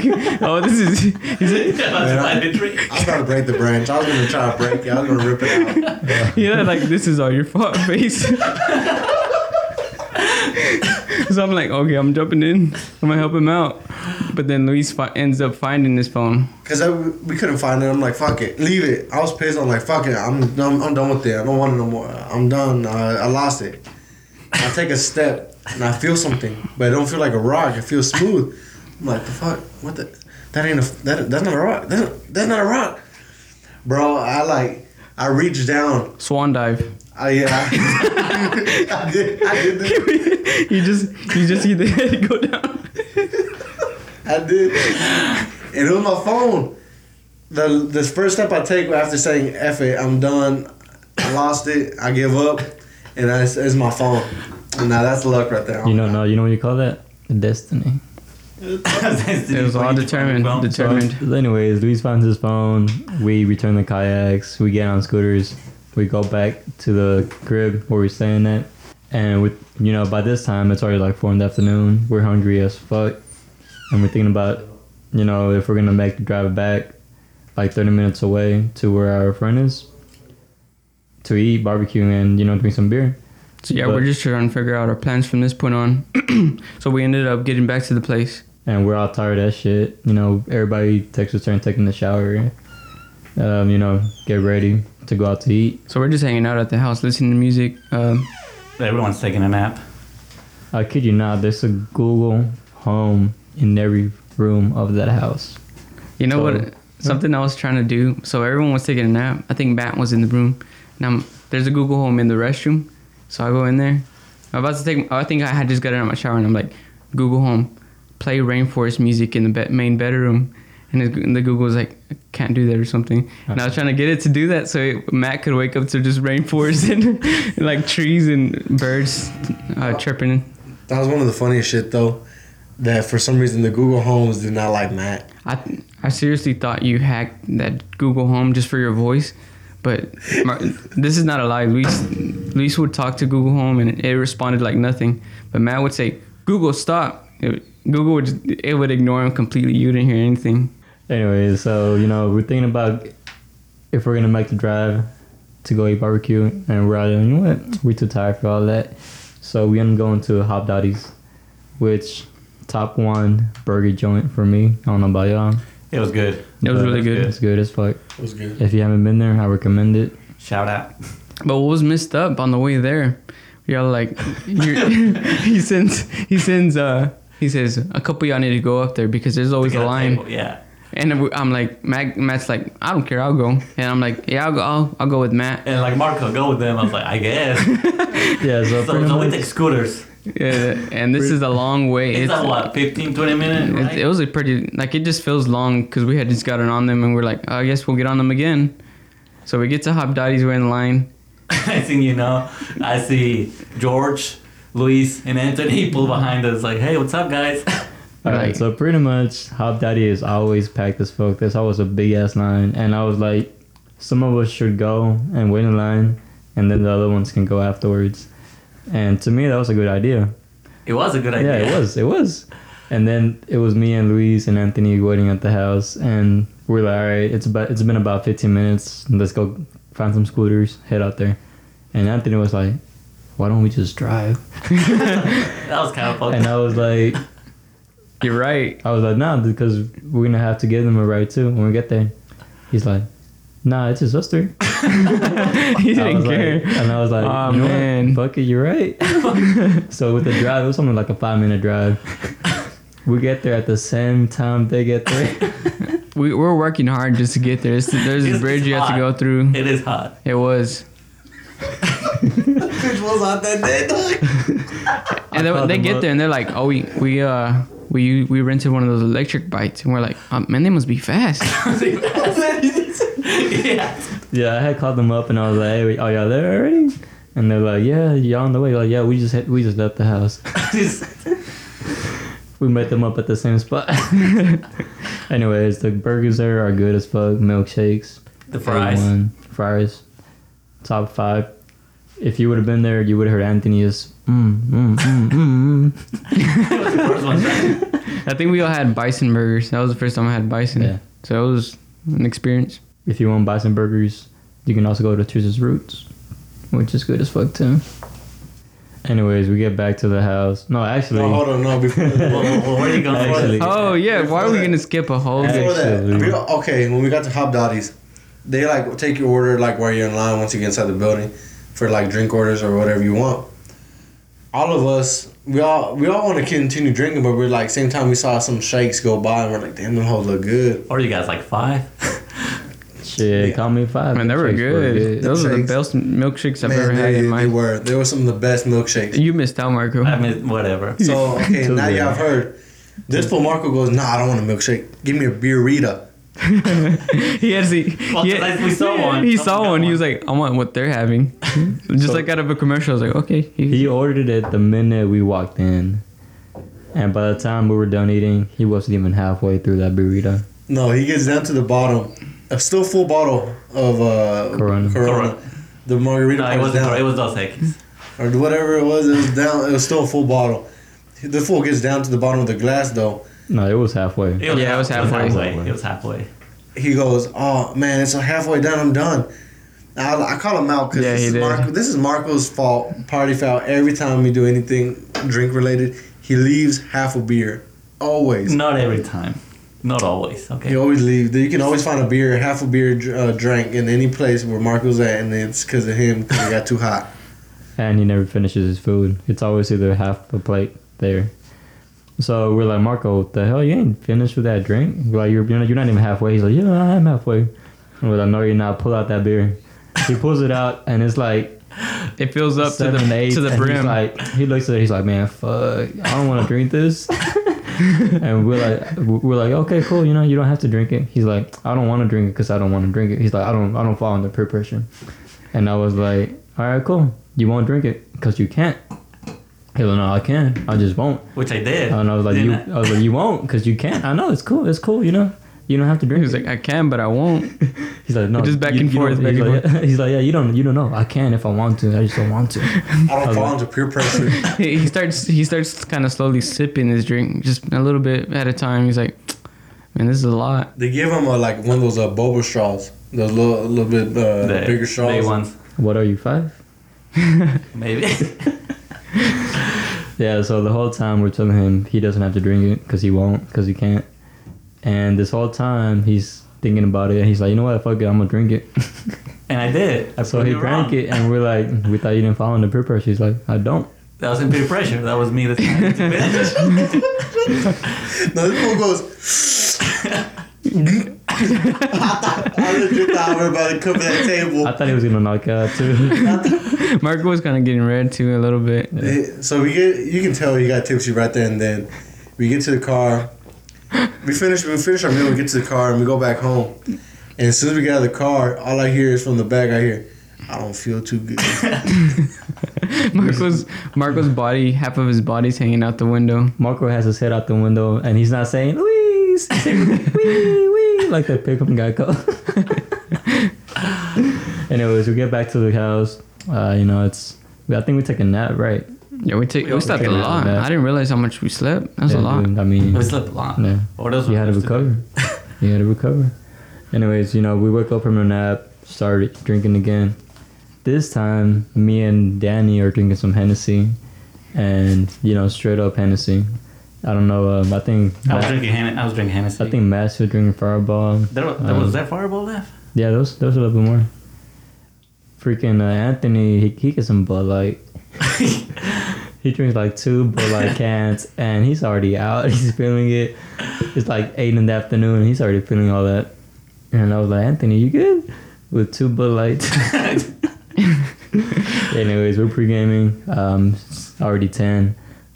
oh, this is. He's like, I was like, I was about to break the branch. I was gonna try to break it. I was gonna rip it out. yeah, like this is all your fault, face. so I'm like, okay, I'm jumping in. I'm gonna help him out. But then Luis fi- ends up finding his phone. Cause I, we couldn't find it. I'm like, fuck it, leave it. I was pissed. I'm like, fuck it. I'm done. I'm done with it. I don't want it no more. I'm done. I, I lost it. I take a step and I feel something, but it don't feel like a rock. It feels smooth. I'm like, the fuck? What the? That ain't a. That, that's not a rock. That's, that's not a rock, bro. I like. I reached down. Swan dive. I yeah. I, did. I did. This. you just you just see the head go down. I did. And it was my phone. The this first step I take after saying F it, I'm done. I lost it. I give up. And that's it's my phone. And now that's luck right there. you know, no, you know what you call that? Destiny. It was all determined. Determined. So, anyways, Luis finds his phone. We return the kayaks. We get on scooters. We go back to the crib where we're staying at. And with you know, by this time it's already like four in the afternoon. We're hungry as fuck, and we're thinking about you know if we're gonna make the drive back, like thirty minutes away to where our friend is, to eat barbecue and you know drink some beer. So yeah, But- we're just trying to figure out our plans from this point on. so we ended up getting back to the place. and we're all tired of that shit. You know, everybody takes a turn taking the shower. Um, you know, get ready to go out to eat. So we're just hanging out at the house, listening to music. Um, Everyone's taking a nap. I Uh, kid you not, there's a Google Home in every room of that house. you know So- what? Something I was trying to do. So everyone was taking a nap. I think Matt was in the room. And I'm, there's a Google Home in the restroom. So I go in there. I'm about to take. I think I had just got out of my shower and I'm like, Google Home, play rainforest music in the be- main bedroom. And, it, and the Google's like, I can't do that or something. And I was trying to get it to do that so it, Matt could wake up to just rainforest and, like trees and birds uh, chirping. That was one of the funniest shit though. That for some reason the Google Homes did not like Matt. I I seriously thought you hacked that Google Home just for your voice, but Mar- this is not a lie. Luis Luis would talk to Google Home and it responded like nothing. But Matt would say, "Google, stop." It- Google would it would ignore him completely. You didn't hear anything. Anyway, so you know, we're thinking about if we're gonna make the drive to go eat barbecue, and we're out. there, You know what? We're too tired for all that, so we end up going to Hop Dotties, which top one burger joint for me. I don't know about y'all. It was good. It was but really good. It's good as fuck. It was good. If you haven't been there, I recommend it. Shout out. But what was messed up on the way there? Y'all like you're, he sends he sends uh he says a couple y'all need to go up there because there's always a Get line. table, Yeah. And we- I'm like Matt, Matt's like I don't care I'll go and I'm like yeah I'll go I'll, I'll go with Matt. And like Marco, go with them. I was like, I guess. Yeah, so, so pretty so we much- take scooters. Yeah, and this is a long way. It's, a what, 15, 20 minutes? it, right? it was a pretty like it just feels long because we had just gotten on them and we're like, "Oh, I guess we'll get on them again. So we get to Hop Daddy's, we're in line. I think you know. I see George, Luis, and Anthony pull behind us. Like, hey, what's up, guys? All right, Like- so pretty much Hop Daddy is always packed as fuck. There's always a big ass line, and I was like, some of us should go and wait in line, and then the other ones can go afterwards. And to me, that was a good idea. It was a good Yeah, idea. it was, it was. And then it was me and Luis and Anthony waiting at the house, and we're like, all right, it's about it's been about 15 minutes. Let's go find some scooters, head out there. And Anthony was like, why don't we just drive? That was kind of fun. And I was like. You're right. I was like, nah, because we're gonna have to give them a ride too when we get there. He's like, nah, it's his sister. he I was didn't like, care. and I was like, Aw, you know man. what? Fuck it, you're right. so with the drive, it was something like a five minute drive. We get there at the same time they get there. We we're working hard just to get there. It's, there's a It's bridge you have to hot. go through. it is hot. It was, Bitch was out that day, dog. and called they, they them get up. there and they're like, oh we we uh we we rented one of those electric bikes and we're like, oh, man they must be fast. yeah. yeah, I had called them up and I was like, hey, are y'all there already? And they're like, yeah, y'all on the way. Like, yeah, we just hit, we just left the house. Just- We met them up at the same spot. Anyways, the burgers there are good as fuck. Milkshakes. The fries. A1, fries. Top five. If you would have been there, you would have heard Anthony is mm, mm, mm, mm, mm. It was the first one. right? I think we all had bison burgers. That was the first time I had bison. Yeah. So it was an experience. If you want bison burgers, you can also go to Choose's Roots, which is good as fuck too. Anyways, we get back to the house. No, actually, No, Oh, hold on, no. Before, Well, well, where are you going? Actually. Oh yeah, why are we Before gonna that- skip a whole day? Before that, Actually. we- okay, when we got to Hop Dotties, they like take your order like while you're in line once you get inside the building for like drink orders or whatever you want. All of us, we all we all want to continue drinking, but we're like same time we saw some shakes go by and we're like, damn, them hoes look good. Or you guys like five? shit, Yeah. call me five. Man, they were Shakes good. Those are the Shakes. best milkshakes I've ever Man, had they, in they my. were they were some of the best milkshakes. You missed out, Marco. I mean, whatever. So okay, Too now good. y'all have heard. This fool Marco goes, nah, I don't want a milkshake. Give me a beerita. he had to. Well, he 'cause had- I- we saw one. He Someone saw got one. He one. was like, "I want what they're having." Just So- like out of a commercial, I was like, "Okay." He ordered it the minute we walked in, and by the time we were done eating, he wasn't even halfway through that burrito. No, he gets down to the bottom. A still full bottle of uh, Corona. Corona. The margarita No, it part was wasn't. down. It was Dos Equis. or whatever it was. It was down. It was still a full bottle. The fool gets down to the bottom of the glass though. No, it was halfway. Yeah, it was It was halfway. halfway. It was halfway. He goes, "Oh man, it's halfway down. I'm done." I, I call him out because Yeah, he this, is did. Marco, this is Marco's fault, party foul. Every time we do anything drink related, he leaves half a beer. Always. Not every time. Not always. Okay. He always leaves. You can always find a beer, half a beer dr- uh, drank in any place where Marco's at, and it's because of him because it got too hot. and he never finishes his food. It's always either half a plate there. So we're like, Marco, what the hell? You ain't finished with that drink? We're like, you're, you're, not, you're not even halfway. He's like, yeah, I'm halfway. And we're like, no, you're not. Pull out that beer. He pulls it out, and it's like It fills up to seven, the eight. to the and He's brim. like, he looks at it. He's like, man, fuck, I don't want to drink this. and we're like, we're like, okay, cool. You know, you don't have to drink it. He's like, I don't want to drink it because I don't want to drink it. He's like, I don't, I don't fall under peer pressure. And I was like, all right, cool. You won't drink it because you can't. He's like, no, I can. I just won't. Which I did. And I was Oh, like, you, didn't I was like, you won't because you can't. I know it's cool. It's cool. You know, you don't have to he drink was it. like, I can, but I won't. He's like, no, Just back and don't- forth, back He's, and like, he's like, yeah, you don't, you don't know. I can if I want to. I just don't want to. I don't fall under peer pressure. he he starts he starts kind of slowly sipping his drink, just a little bit at a time. He's like, man, this is a lot. They give him a, like one of those uh, boba straws, those little little bit uh, The bigger Big straws. ones, What are you five? maybe. Yeah, so the whole time we're telling him he doesn't have to drink it because he won't, because he can't. And this whole time he's thinking about it. He's like, you know what? Fuck it, I'm gonna drink it. and I did. I so proved he you drank wrong. it, and we're like, we thought you didn't follow the peer pressure. He's like, I don't. That wasn't peer pressure. That was me that's trying to finish. No, this one goes. I legit thought we were about to cover that table. I thought he was gonna knock out too. Marco was kind of getting red too a little bit. Eh, So we get, you can tell he got tipsy right then. And then we get to the car. We finish, we finish our meal. We get to the car and we go back home. And as soon as we get out of the car, all I hear is from the back. I hear, I don't feel too good. Marco's Marco's body, half of his body's hanging out the window. Marco has his head out the window, and he's not saying Luis, he's saying, wee wee like that pig from Geico. Anyways, we get back to the house. Uh, you know, it's. I think we take a nap, right? Yeah, we take We we, also slept a came out lot. of bed. I didn't realize how much we slept. That's a Yeah, lot. dude, I mean, We slept a lot. Yeah. What else? you was had to there do? recover. you had to recover. Anyways, you know, we woke up from a nap, started drinking again. This time, me and Danny are drinking some Hennessy, and you know, straight up Hennessy. I don't know. Um, I think I was Ma- drinking. Hen- I was drinking Hennessy. I think Matt's was drinking Fireball. there, wa- there um, was that fireball left. Yeah, those those a little bit more. Freaking uh, Anthony, he, he gets some Bud Light. he drinks like two Bud Light cans, and he's already out. He's feeling it. It's like eight in the afternoon, and he's already feeling all that. And I was like, Anthony, you good? With two Bud Lights. Anyways, we're pre gaming. Um, it's already ten.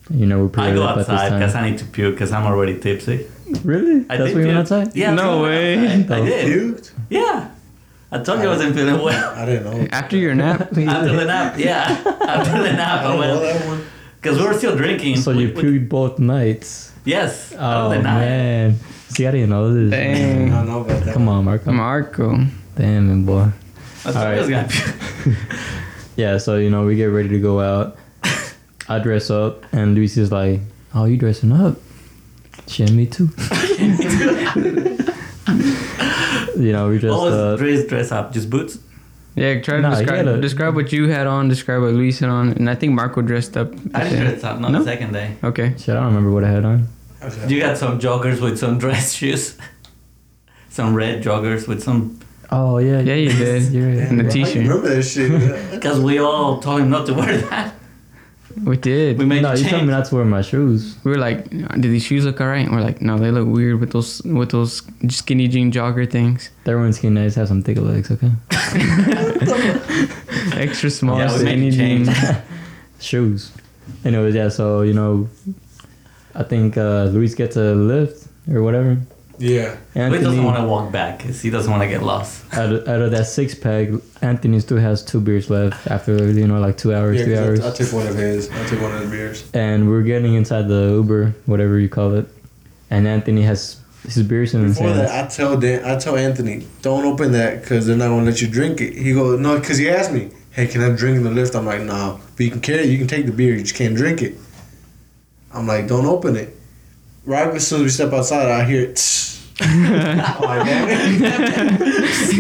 You know, we're I pretty go up at this outside because time. I need to puke because I'm already tipsy. Really? I That's did what you went puke. outside? Yeah. I No went way. outside. I Oh. did. Puked? Yeah. I told you I wasn't feeling well. I didn't know. After your nap, After the nap, yeah. After the nap, I I don't know went that one. because we were still drinking. So We- you we- puked both nights. Yes. Oh after the nap. man, see, I didn't know this. Dang. I don't know about that. Come on, Marco. Marco. Damn it, boy. I told you I was gonna puke. Yeah, so you know we get ready to go out. I dress up, and Luis is like, "Oh, you dressing up? Shit, me too." you know, we dressed Always up. dress dress up, just boots. Yeah, try to Nah, he describe had a- describe what you had on, describe what Luis had on, and I think Marco dressed up. I at didn't the- dress up. Not No? the second day. Okay. Shit, I don't remember what I had on. You got some joggers with some dress shoes. Some red joggers with some. Oh yeah, Yeah, you did. You're right. And the Damn, bro, I t-shirt. Remember that shit? Because we all told him not to wear that. We did. We We made No, a you told me change. not to wear my shoes. were like, "Do these shoes look alright?" We're like, "No, they look weird with those with those skinny jean jogger things, Everyone's skinny nice have some thicker legs, okay? extra small Yeah, we made skinny a jeans." change. shoes. Anyways, yeah, so you know, I think uh, Luis gets a lift or whatever. yeah. He Anthony, doesn't want to walk back because he doesn't want to get lost. out, of, out of that six pack, Anthony still has two beers left after you know like two hours, Yeah, three 'cause I, hours, I took one of his. I took one of his beers. and we're getting inside the Uber, whatever you call it, and Anthony has his beers in his Before hand. that, I tell Dan, I tell Anthony, don't open that because they're not gonna let you drink it. He goes, no, because he asked me, hey, can I drink in the lift? I'm like, no, but you can carry it. You can take the beer. You just can't drink it. I'm like, don't open it. Right as soon as we step outside, I hear, "Tss." he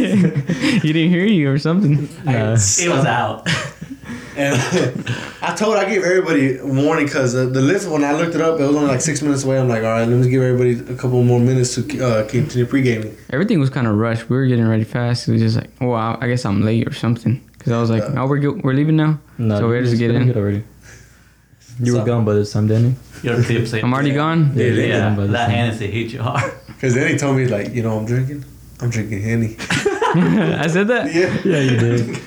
didn't hear you or something. Nah. It was out. And I told I gave everybody a warning because the, the lift when I looked it up, it was only like six minutes away. I'm like, all right, let me give everybody a couple more minutes to uh, continue pre-gaming. Everything was kind of rushed. We were getting ready fast. It was just like, oh, I, I guess I'm late or something. Because I was like, Yeah. no, we're go- we're leaving now. No, so we had to get in. already. You So- were gone by this time, Danny. Your clip said. I'm already gone. Yeah, Yeah, they done by the that time. Hennessy hit you hard. Because then he told me like, you know, I'm drinking, I'm drinking henny. I said that. Yeah. Yeah, you did.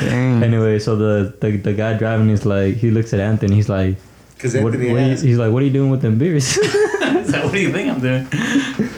Dang. anyway, so the, the the guy driving is like, he looks at Anthony. He's like, Because what, what Anthony are you, asked, he's like, what are you doing with them beers? so what do you think I'm doing?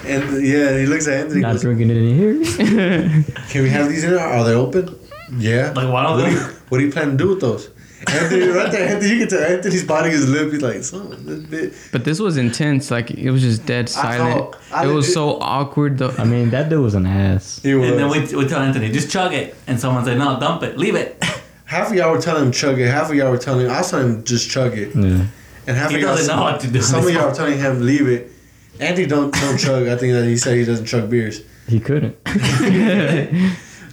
and yeah, he looks at Anthony. Not Goes, drinking it in here. Can we have these in? There? Are they open? Yeah. Like, why don't what, they- do you, what do you plan to do with those? Anthony, right there, Anthony. You can tell Anthony's biting his lip. He's like, son, of this bit. But this was intense. Like it was just dead I silent. know. I it was legit- so awkward. Though. I mean, that dude was an ass. He And then was- we, we tell Anthony, just chug it. And someone said, no, dump it, leave it. half of y'all were telling him chug it. Half of y'all were telling him. I was telling him just chug it. Yeah. And half He of y'all doesn't know what to do. Some of y'all are telling him leave it. Andy don't don't chug. I think that he said he doesn't chug beers. He couldn't.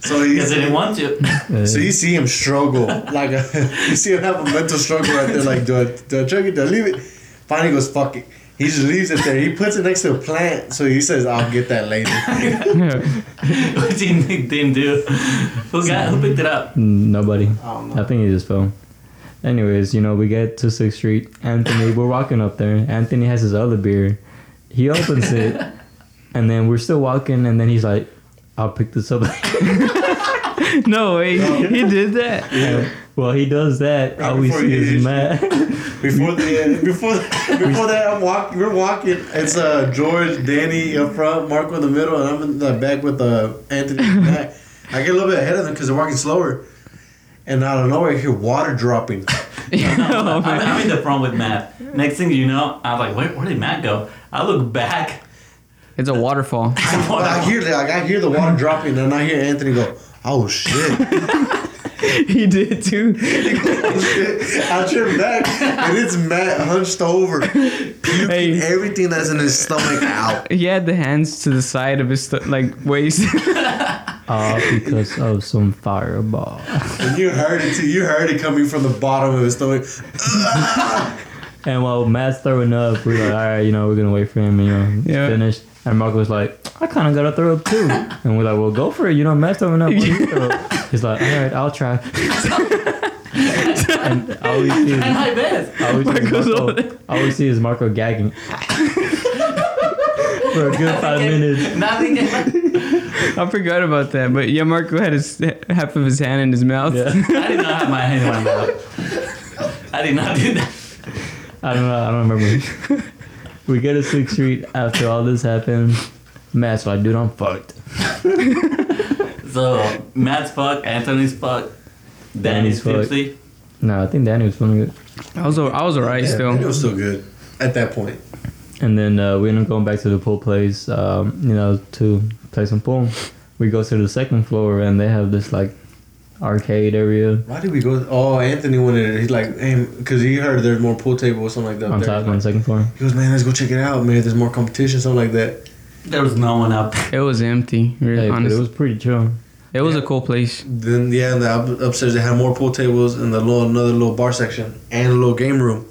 So Because they didn't he want to. Uh, so you see him struggle. Like you see him have a mental struggle right there. Like do I do I chug it? Do I leave it? Finally goes fuck it. He just leaves it there. He puts it next to a plant. So he says I'll get that later. Which he didn't do. Who got? Who picked it up? Nobody. I don't I know. think he just fell. Anyways, you know, we get to 6th Street. Anthony, we're walking up there. Anthony has his other beer. He opens it, and then we're still walking, and then he's like, I'll pick this up. no way. He did that. well, he does that. Right all we before see he is hits Matt. Before the before before that I'm walking. We're walking. It's uh George, Danny up front, Marco in the middle, and I'm in the back with uh Anthony in the back. I get a little bit ahead of them because they're walking slower. And out of nowhere, I hear water dropping. Oh, I'm, man. I'm in the front with Matt. Next thing you know, I'm like, where, where did Matt go? I look back. It's a waterfall. But I hear that. Like, I hear the water dropping, and I hear Anthony go, "Oh shit!" he did too. I turn back, and it's Matt hunched over, puking Hey. everything that's in his stomach out. He had the hands to the side of his stu- like waist. All because of some fireball. And you heard it too. You heard it coming from the bottom of his stomach. And while Matt's throwing up, we're like, all right, you know, we're gonna wait for him, you know, Yeah. finish. And Marco was like, I kind of gotta throw up too. And we're like, well, go for it, you know, Matt's throwing up. Why don't you throw up? He's like, all right, I'll try. and all we see And is, I bet. all we see Marco's is over Marco, there. all we see is Marco gagging for a good five minutes. Nothing. I I forgot about that. But yeah, Marco had his half of his hand in his mouth. Yeah. did not have my hand in my mouth. I did not do that. I don't know. I don't remember. we go to Sixth Street after all this happened. Matt's like, dude, I'm fucked. So Matt's fuck, Anthony's fuck, Danny's Danny's fuck. tipsy. No, I think Danny was feeling it. I was al- I was alright it still. was still good at that point. And then uh, we end up going back to the pool place, um, you know, to play some pool. We go to the second floor and they have this like arcade area Why did we go? Oh, Anthony wanted it. He's like, hey, because he heard there's more pool table or something like that. up on there. top on the second floor. He goes, man, let's go check it out, man. There's more competition, something like that. There was no one up there. It was empty. Really, Hey, but honest. it was pretty chill. it was a cool place. Then yeah, and the up- upstairs they had more pool tables and the little another little bar section and a little game room.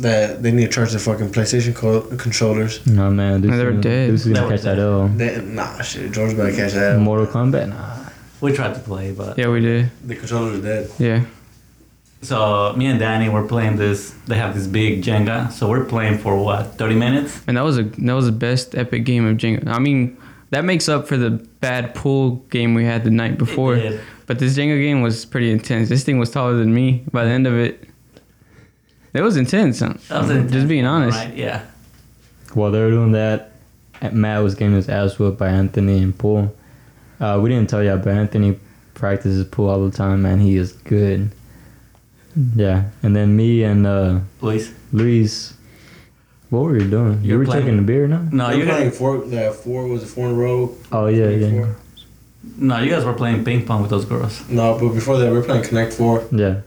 That they need to charge their fucking PlayStation co- controllers. No man, this No, they were is- dead. This is They gonna were catch that dead. L. They, nah, shit. George better catch that. Mortal Kombat, nah. We tried to play, but Yeah, we did. The controllers are dead. Yeah. so me and Danny were playing this. They have this big Jenga, so we're playing for what, 30 minutes? And that was a that was the best epic game of Jenga. I mean, that makes up for the bad pool game we had the night before. did. But this Jenga game was pretty intense. This thing was taller than me by the end of it. It was intense. huh? That was Mm-hmm. Just intense, being honest. Right? Yeah. While they were doing that, Matt was getting his ass whooped by Anthony and pool. Uh, we didn't tell y'all, but Anthony practices pool all the time, man. He is good. Yeah, and then me and uh, Luis. Luis, what were you doing? you You're were playing- taking a beer now? No, They're you guys, playing four. The four was it four in a row? Oh yeah, yeah, Four? no, you guys were playing ping pong with those girls. No, but before that we were playing Connect Four. yeah.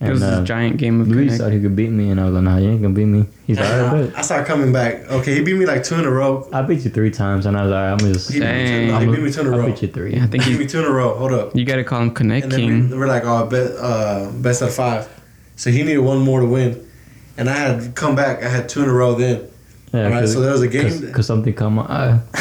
it was And a uh, giant game of Luis Connect. thought he could beat me, and I was like, nah, you ain't gonna beat me. He's like, all right, I, bet. I started coming back. Okay, he beat me like two in a row. I beat you three times, and I was like, all right, I'm just. He beat, me two, Dang. in- he beat me two in a I row. beat you three. Yeah, I think He beat me you, two in a row. Hold up. you got to call him Connect And then King. we, we're like, oh, bet, uh, best out of five. So he needed one more to win. And I had come back. I had two in a row then. Yeah, All right, so there was a game that- Because something come up.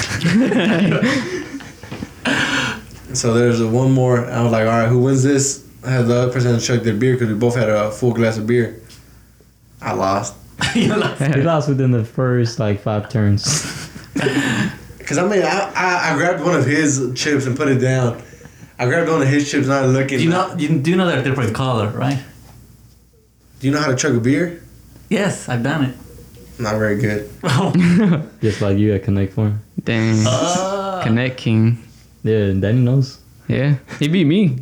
Uh, So there's a one more. I was like, all right, who wins this? I had the other person chug their beer because we both had a full glass of beer. I lost. You lost. we lost within the first like five turns. Cause I mean, I, I, I grabbed one of his chips and put it down. I grabbed one of his chips and I looked at. You know, you do know they're different color, right? Do you know how to chug a beer? Yes, I've done it. Not very good. Just like you at Connect One. Dang. Uh, Connect King. Yeah, Danny knows. Yeah, he beat me.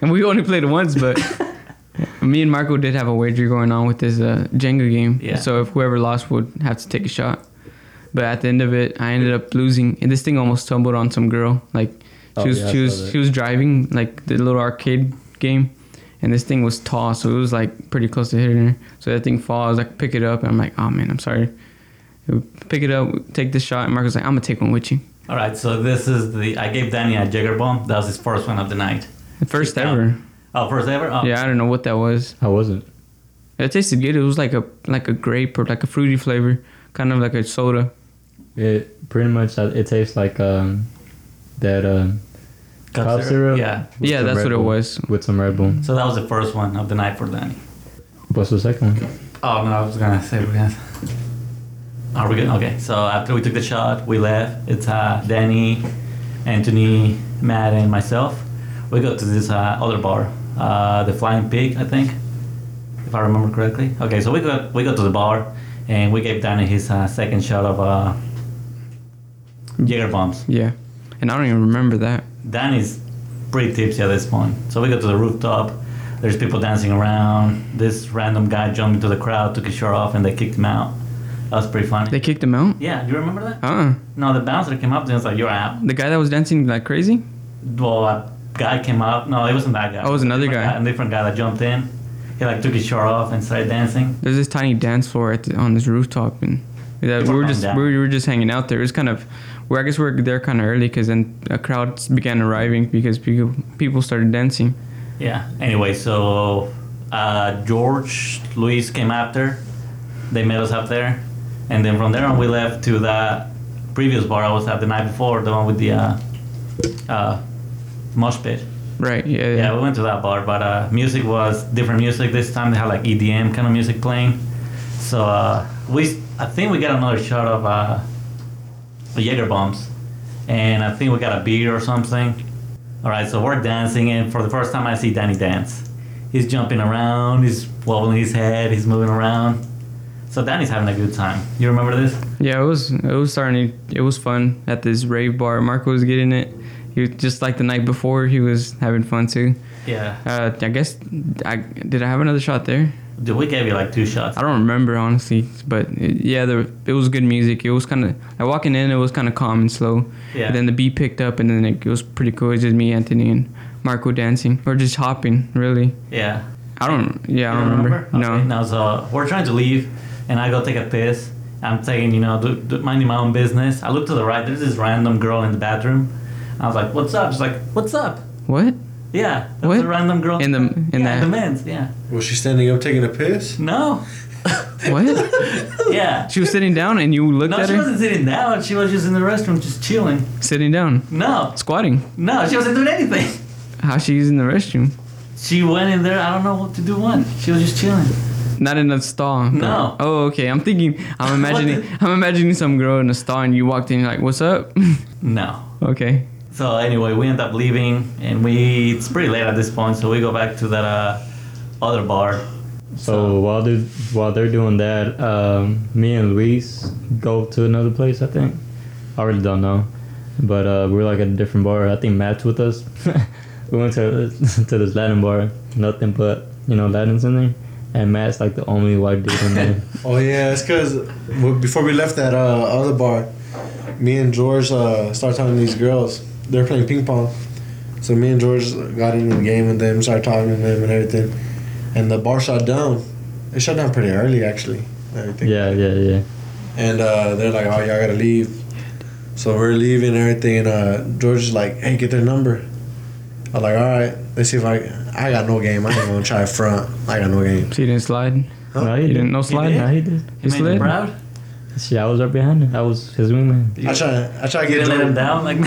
and we only played once, but me and Marco did have a wager going on with this uh, Jenga game. Yeah. So if whoever lost would have to take a shot. But at the end of it, I ended up losing, and this thing almost tumbled on some girl. Like Oh, she was yeah, I she saw was that. she was driving like the little arcade game, and this thing was tall, so it was like pretty close to hitting her. So that thing falls, I pick it up, and I'm like, oh man, I'm sorry. Pick it up, take this shot, and Marco's like, I'm gonna take one with you. all right, so this is the I gave Danny a Jagger bomb. That was his first one of the night. First Yeah. ever. Oh, first ever. Oh, Yeah, I don't know what that was. I wasn't. It tasted good. It was like a like a grape or like a fruity flavor, kind of like a soda. It pretty much uh, it tastes like um that um Cup Cough syrup. syrup? Yeah. with yeah, some that's Red what it Bull- was. with some Red Bull. So that was the first one of the night for Danny. What's the second one? Oh no, I was gonna say we're gonna. Are we good? Okay, so after we took the shot, we left. It's uh, Danny, Anthony, Matt, and myself. We go to this uh, other bar, uh, the Flying Pig, I think, if I remember correctly. Okay, so we go we go to the bar, and we gave Danny his uh, second shot of uh, Jager bombs. Yeah, and I don't even remember that. Danny's pretty tipsy at this point. So we go to the rooftop. There's people dancing around. This random guy jumped into the crowd, took his shirt off, and they kicked him out. That was pretty funny. They kicked him out. yeah, do you remember that? Uh, uh No, the bouncer came up to him and was like, "You're out." the guy that was dancing like crazy. Well, a guy came up. No, it wasn't that guy. Oh, it was another Different guy. A different guy that jumped in. He like took his shirt off and started dancing. There's this tiny dance floor at the, on this rooftop, and that, we were just we were, we were just hanging out there. It was kind of, well, I guess we were there kind of early because then a crowd began arriving because people people started dancing. Yeah. Anyway, so uh, George Luis came after. They met us up there, and then from there on we left to the previous bar I was at the night before, the one with the uh, uh, mosh pit. Right. Yeah. Yeah. Yeah, we went to that bar, but uh, music was different music this time. They had like EDM kind of music playing. So uh, we, I think we got another shot of uh, Jaeger bombs, and I think we got a beer or something. All right, so we're dancing, and for the first time I see Danny dance. He's jumping around, he's wobbling his head, he's moving around. So Danny's having a good time. You remember this? Yeah, it was it was starting. It was fun at this rave bar. Marco was getting it. He was just like the night before. He was having fun too. Yeah. Uh, I guess I did. I have another shot there. Dude, we gave you like two shots. I don't remember honestly, but it, yeah, there it was good music. It was kind of like walking in. It was kind of calm and slow. Yeah. And then the beat picked up, and then it, was pretty cool. It was just me, Anthony, and Marco dancing or just hopping. Really, Yeah. I don't. Yeah, I You don't remember. Okay, No. No, so uh, we're trying to leave, and I go take a piss. I'm taking, you know, do, do, minding my own business. I look to the right. There's this random girl in the bathroom. I was like, "What's up?" She's like, "What's up?" What? Yeah, that's What? a random girl In the- in yeah, the- the men's yeah. Was she standing up taking a piss? No, What? yeah. she was sitting down, and you looked No, at she her wasn't sitting down. She was just in the restroom, just chilling. sitting down, No, squatting. no, she wasn't doing anything. How she using the restroom? She went in there. I don't know what to do. One, she was just chilling. Not in a stall. but- No. Oh, okay. I'm thinking. I'm What imagining. I'm imagining some girl in a stall, and you walked in. You're like, "What's up?" No, okay. So anyway, we end up leaving, and we it's pretty late at this point, so we go back to that uh, other bar. So while they while they're doing that, um, me and Luis go to another place. I think I really don't know, but uh, we're like at a different bar. I think Matt's with us. we went to to this Latin bar. Nothing but you know Latins in there, and Matt's like the only white dude in there. Oh yeah, it's because before we left that uh, other bar, me and George uh, started talking to these girls. They're playing ping pong, so me and George got into the game with them, started talking to them and everything. and the bar shut down. It shut down pretty early, actually. now you think Yeah, yeah, yeah. and uh, they're like, "Oh, y'all gotta leave." So we're leaving and everything, and uh, George is like, "Hey, get their number." I'm like, "All right, let's see if I." I got no game. I ain't gonna try front. I got no game. So you didn't slide. Huh? No, he You didn't. didn't no slide. No, did? he did. He made you slid. proud? Shit, I was right behind him. I was his wingman. You, I try. I try you to get didn't let him Jordan. down? Like,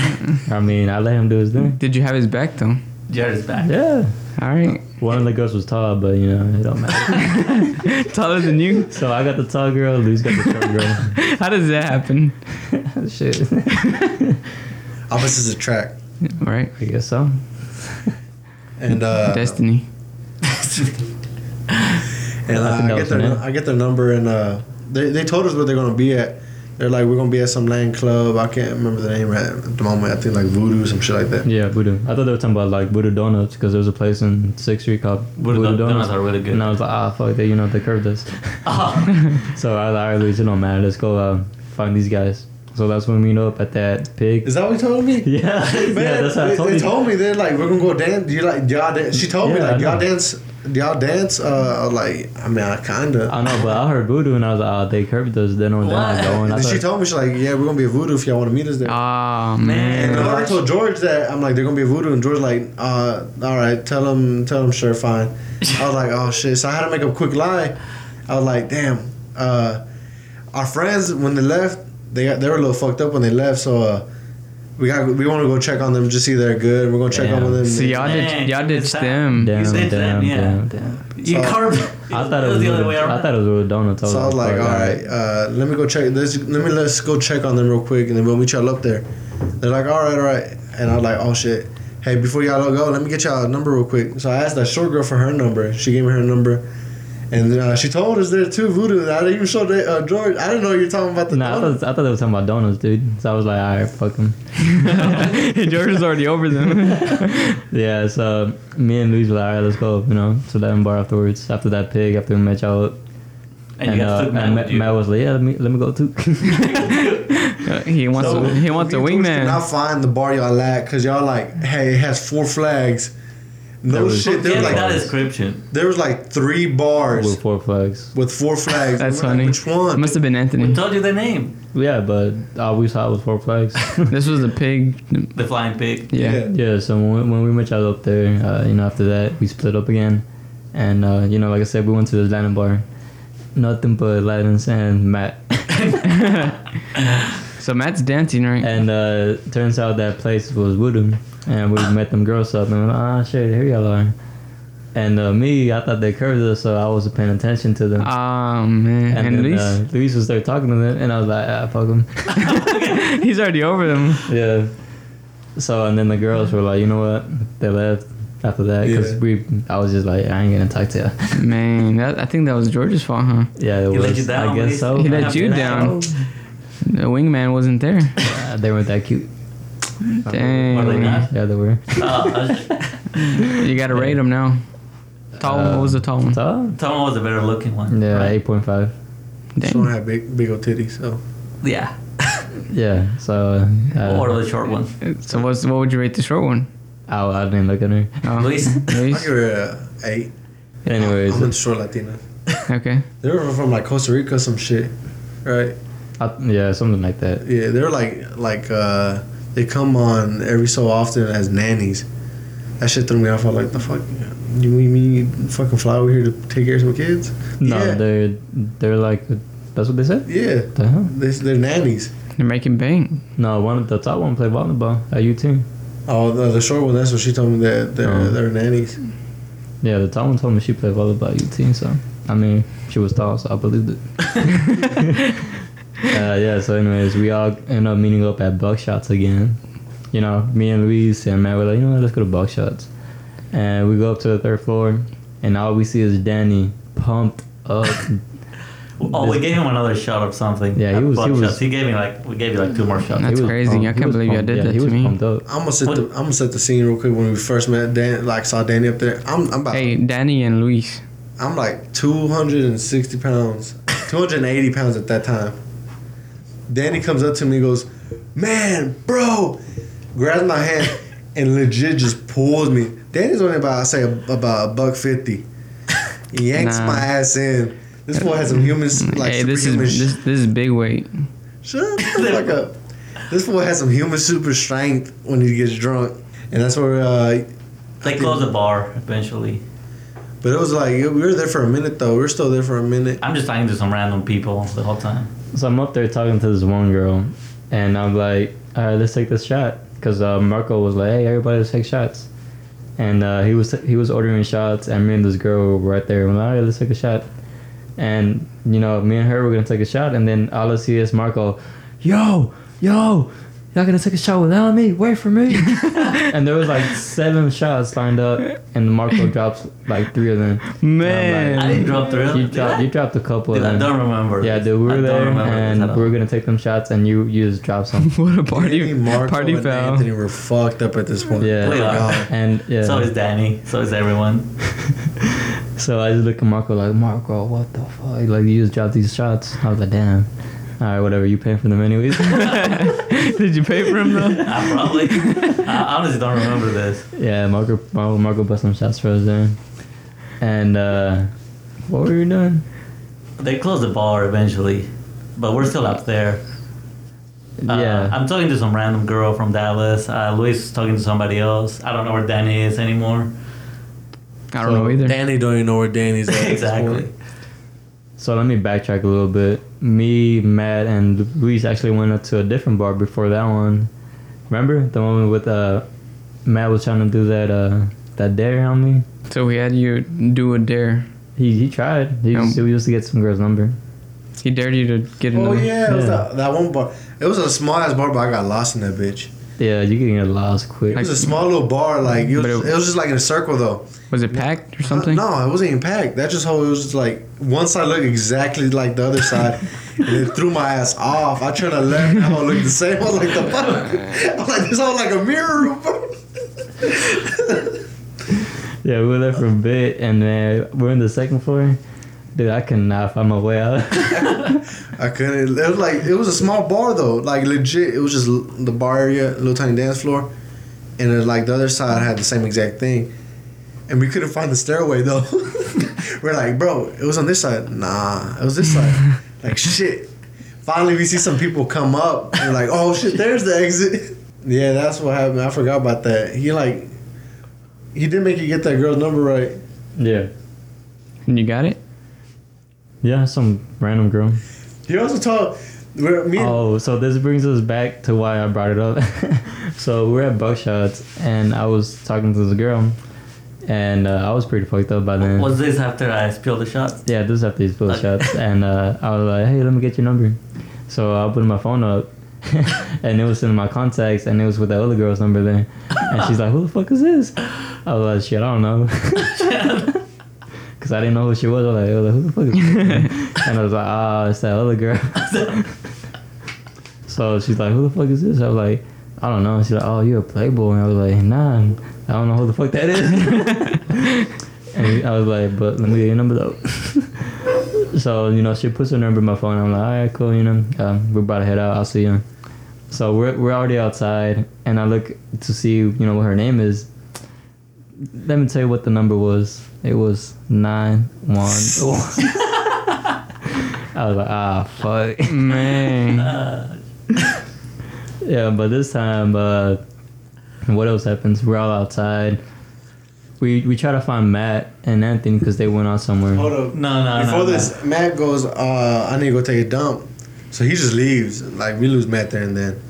I mean, I let him do his thing. Did you have his back though? Jared is back. Yeah. All right. One of the girls was tall, but you know, it don't matter. Taller than you. so I got the tall girl, Louis got the short How does that happen? girl. Shit. Opposites attract. All right. I guess so. And uh, Destiny. and uh, Nothing I get else, their man. nu- I get their number, and uh, they they told us where they're gonna be at. They're like, "We're gonna be at some land club." I can't remember the name at the moment. I think like Voodoo, some shit like that. Yeah, Voodoo. I thought they were talking about like Voodoo Donuts because there was a place in 6th Street called Voodoo Don- Donuts are really good. And I was like, ah, fuck, they, you know, they curved us. Oh, So I was like, all right, Luis, it don't matter. Let's go uh, find these guys. So that's when we meet up at that pig. Is that what you told me? Yeah, yeah, Man, that's what they, I told they you. told me they're like, we're gonna go dance. Do you like y'all dance? She told me Yeah, like I y'all know. dance, y'all dance. Uh, I was like I mean, I kinda. I know, but I heard voodoo and I was like, oh, they curved us. Then on What? that going. I And she thought, told me she's like, yeah, we're gonna be a voodoo if y'all want to meet us there. Oh Man. man. and I already told George that I'm like they're gonna be a voodoo, and George like, uh, all right, tell him, tell him, sure, fine. I was like, oh shit, so I had to make a quick lie. I was like, damn, uh, our friends when they left, they got, they were a little fucked up when they left, so uh, we got we want to go check on them, just see they're good. We're gonna check Damn. on them. So y'all Man, did y'all did it's that- STEM. Damn, you did damn, that, yeah. damn, You So- carved. I thought it was, the other way voodoo. around. I thought it was voodoo donuts. So Oh, I was like, all fuck, right, uh, let me go check. Let's, let me let's go check on them real quick, and then we'll meet y'all up there. They're like, all right, all right, and I was like, oh shit. Hey, before y'all all go, let me get y'all a number real quick. So I asked that short girl for her number. She gave me her number, and uh, she told us there too, Voodoo. I didn't even show that, uh, George. I didn't know you were talking about the. Nah, I donuts. thought, I thought they were talking about donuts, dude. So I was like, all right, fuck them. George is already over them. Yeah, so me and Luis were like, all right, let's go, you know, to that bar afterwards. After that pig, after we met y'all up. and, you got uh, took man and with Matt, you. Matt was like, yeah, let me, let me go too. he wants So, a, he wants a me and George could wingman. not find the bar y'all at because y'all like, hey, it has four flags. No There was- shit. There Give was me that like description. there was like three bars with four flags. with four flags. That's We're like, funny. Which one? Must have been We Mm. Anthony. told you the name. Yeah, but all we saw was four flags. This was a pig. The flying pig. Yeah. yeah, so when we, when we met y'all up there, uh, you know, after that, we split up again. And, uh, you know, like I said, we went to the Latin bar. Nothing but Latins and Matt. So Matt's dancing right. And uh, turns out that place was voodoo. And we met them girls up and we're like, ah, shit, here y'all are. And uh, me, I thought they curved us, so I wasn't paying attention to them. Oh man. and And, then, Luis, uh, Luis was there talking to them, and I was like, ah, fuck him. he's already over them. yeah. So and then the girls were like, you know what? They left after that because Yeah. we. I was just like, I ain't gonna talk to you. Man, that, I think that was George's fault, huh? Yeah, it He was. let you down. I guess so. He let you After that, down. The wingman wasn't there. Uh, they weren't that cute. Dang. Were they not? Yeah, they were. Oh, I was- You gotta rate him now. Tall one. What was the tall one? So Tom was a better looking one. yeah, right? eight point five. She don't Dang. have big, big old titties. So Yeah. Yeah. So uh, or the short one. So what's, what would you rate the short one? I, I didn't look at her. Oh, Luis. I give Luis? her a eight. Anyways, I'm in short Latina. Okay. They were from like Costa Rica, some shit, right? I, yeah, something like that. Yeah, they were like like uh, they come on every so often as nannies. That shit threw me off. I was like, the fuck, you mean me you fucking fly over here to take care of some kids? No, yeah, they're they're like. That's what they said. yeah, The hell? they, they're nannies. They're making bank. No, one of the top one played volleyball at UT. Oh, the, the short one. That's what she told me that they're Oh. they're nannies. Yeah, the tall one told me she played volleyball at UT, so I mean she was tall, so I believed it. uh, yeah, so anyways, we all end up meeting up at Buckshots again. You know, me and Luis and Matt were like, you know what, let's go to Buckshots. And we go up to the third floor and all we see is Danny pumped up. Oh, we gave him another shot of something. Yeah, he Uh, was- he butt was- shots. He gave me like we gave you like two more shots. That's He was crazy. I He can't was believe y'all pumped. did yeah, that he to was me. pumped up. I'm gonna set What- the I'm gonna set the scene real quick when we first met Dan. Like saw Danny up there. I'm I'm about Hey, Danny and Luis. I'm like 260 pounds, 280 pounds at that time. Danny comes up to me and goes, Man, bro, grabs my hand and legit just pulls me. Danny's only about, I say, about a buck 50. He yanks Nah. my ass in. This boy has some human, s- like hey, this is superhuman. sh- this, this is big weight. Shut the fuck up. This boy has some human super strength when he gets drunk, and that's where. Uh, They closed the bar eventually. but it was like we were there for a minute though. We were still there for a minute. I'm just talking to some random people the whole time. So I'm up there talking to this one girl, and I'm like, all right, let's take this shot. Because uh, Marco was like, hey, everybody, let's take shots. And uh, he was he was ordering shots, and me and this girl were right there. We're like, all right, let's take a shot. And, you know, me and her were going to take a shot, and then all I see is Marco, yo, yo, y'all going to take a shot without me? Wait for me. and there was like seven shots lined up, and Marco drops like three of them. Man, I didn't drop the real. You Did I? dropped, you dropped a couple Dude, of I them. don't remember. Yeah, this. dude, we I were don't there remember this at and all. we were gonna take them shots, and you you just dropped some. what a Danny, party Marco, party and foul. Anthony were fucked up at this point. Yeah. We are. and yeah, So so, is Danny. So is everyone. I just look at Marco like Marco, what the fuck? Like you just dropped these shots. I was like, damn. All right, whatever. You paying for them anyways. Did you pay for him though? I probably. I honestly don't remember this. yeah, Marco Marco, Marco bust some shots for us there. And uh, what were you doing? They closed the bar eventually, but we're still up there. Uh, yeah, I'm talking to some random girl from Dallas. Uh, Luis is talking to somebody else. I don't know where Danny is anymore. I don't know either. Danny don't even know where Danny's at. at this exactly. point. so let me backtrack a little bit. Me, Matt, and Luis actually went up to a different bar before that one. Remember the one with uh, Matt was trying to do that uh, that dare on me. So we had you do a dare. He he tried. He Um, just, he used to get some girl's number. He dared you to get Oh another. yeah, it was Yeah. That, that one bar. It was a small ass bar, but I got lost in that bitch. Yeah, you can get lost quick. It was Like- a small little bar, like it was, But it- it was just like in a circle though. Was it packed or something? Uh, No, it wasn't even packed. That just whole it was just like one side looked exactly like the other side, and it threw my ass off. I tried to learn how it looked the same. I was like, the fuck? I'm like, this whole like a mirror. bro. yeah, we were there for a bit, and then we're in the second floor. Dude, I cannot find my way out. I couldn't. It was like it was a small bar though, like legit. It was just l- the bar area, little tiny dance floor, and then like the other side had the same exact thing, and we couldn't find the stairway though. We're like, bro, it was on this side. Nah, it was this side. like shit. Finally, we see some people come up and like, oh shit, there's the exit. yeah, that's what happened. I forgot about that. He like, he did make you get that girl's number right. yeah, And you got it? yeah, some random girl. He also told. We're, me and Oh, so this brings us back to why I brought it up. so we're at Buckshots, and I was talking to this girl, and uh, I was pretty fucked up by then. Was this after I spilled the shots? Yeah, this is after these bull shots, and uh, I was like, "Hey, let me get your number." So I put my phone up, and it was in my contacts, and it was with that other girl's number there, and she's like, "Who the fuck is this?" I was like, "Shit, I don't know," because I didn't know who she was. I was like, I was like, "Who the fuck?" Is this? and I was like, "Ah, it's that other girl." so she's like, "Who the fuck is this?" I was like. I don't know. She's like, "Oh, you a playboy?" And I was like, "Nah, I don't know who the fuck that is." and I was like, "But let me get your number though." So you know, she puts her number in my phone. I'm like, all right, cool. You know, um, we're about to head out. I'll see you. So we're we're already outside, and I look to see you know what her name is. Let me tell you what the number was. It was nine one. I was like, ah, fuck. Man. Uh, Yeah, but this time, uh, what else happens? We're all outside. We we try to find Matt and Anthony because they went out somewhere. hold up. no, no, Before no. this, no. Matt goes, uh, I need to go take a dump. So he just leaves. Like, we lose Matt there and then.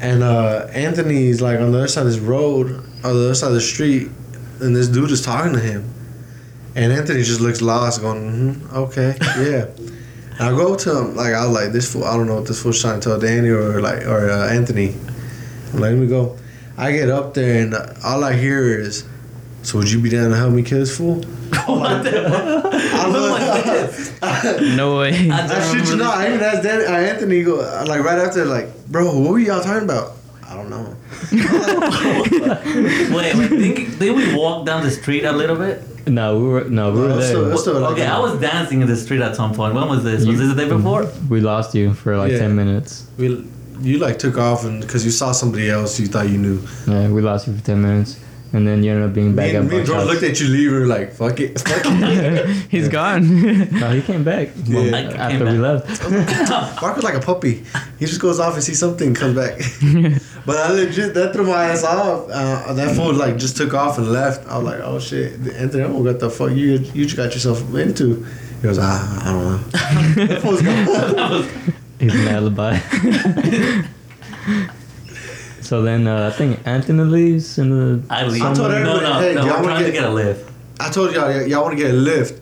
And uh, Anthony's, like, on the other side of this road, on the other side of the street, and this dude is talking to him. And Anthony just looks lost, going, mm okay, yeah. and I go up to him, like, I was like, this fool, I don't know what this fool's trying to tell Danny or, like, or uh, Anthony. I'm like, let me go. I get up there, and all I hear is, so would you be down to help me kill this fool? What the I Look like No way. I I don't shit you remember not. I even asked Dan, uh, Anthony, go, uh, like right after, like, bro, what were y'all talking about? I don't know. this. Wait, wait. Did, did we walk down the street a little bit? No, we were no, we No, were it's there. still- it's still like okay, a- I was dancing in the street at some point. When was this? Was this the day before? We lost you for like Yeah. ten minutes. we, you like took off and because you saw somebody else you thought you knew. Yeah, we lost you for ten minutes, and then you ended up being back Me, at and- me and Buck's George house. looked at you leave. We were like, fuck it. Fuck it. He's gone. No, Oh, he came back. Yeah. Well, I came after we left. Mark was like a puppy. He just goes off and sees something, comes back. but I legit, that threw my ass off. Uh, that fool like just took off and left. I was like, oh shit, Anthony, Edwards, what the fuck you you just got yourself into? He goes, ah, I don't know. that fool's gone. He's an alibi. so then uh, I think Anthony leaves in the. I leave. I told no, everybody, no, hey, no. We're y'all wanna trying to get- get a lift. I told y'all, y- y'all want to get a lift.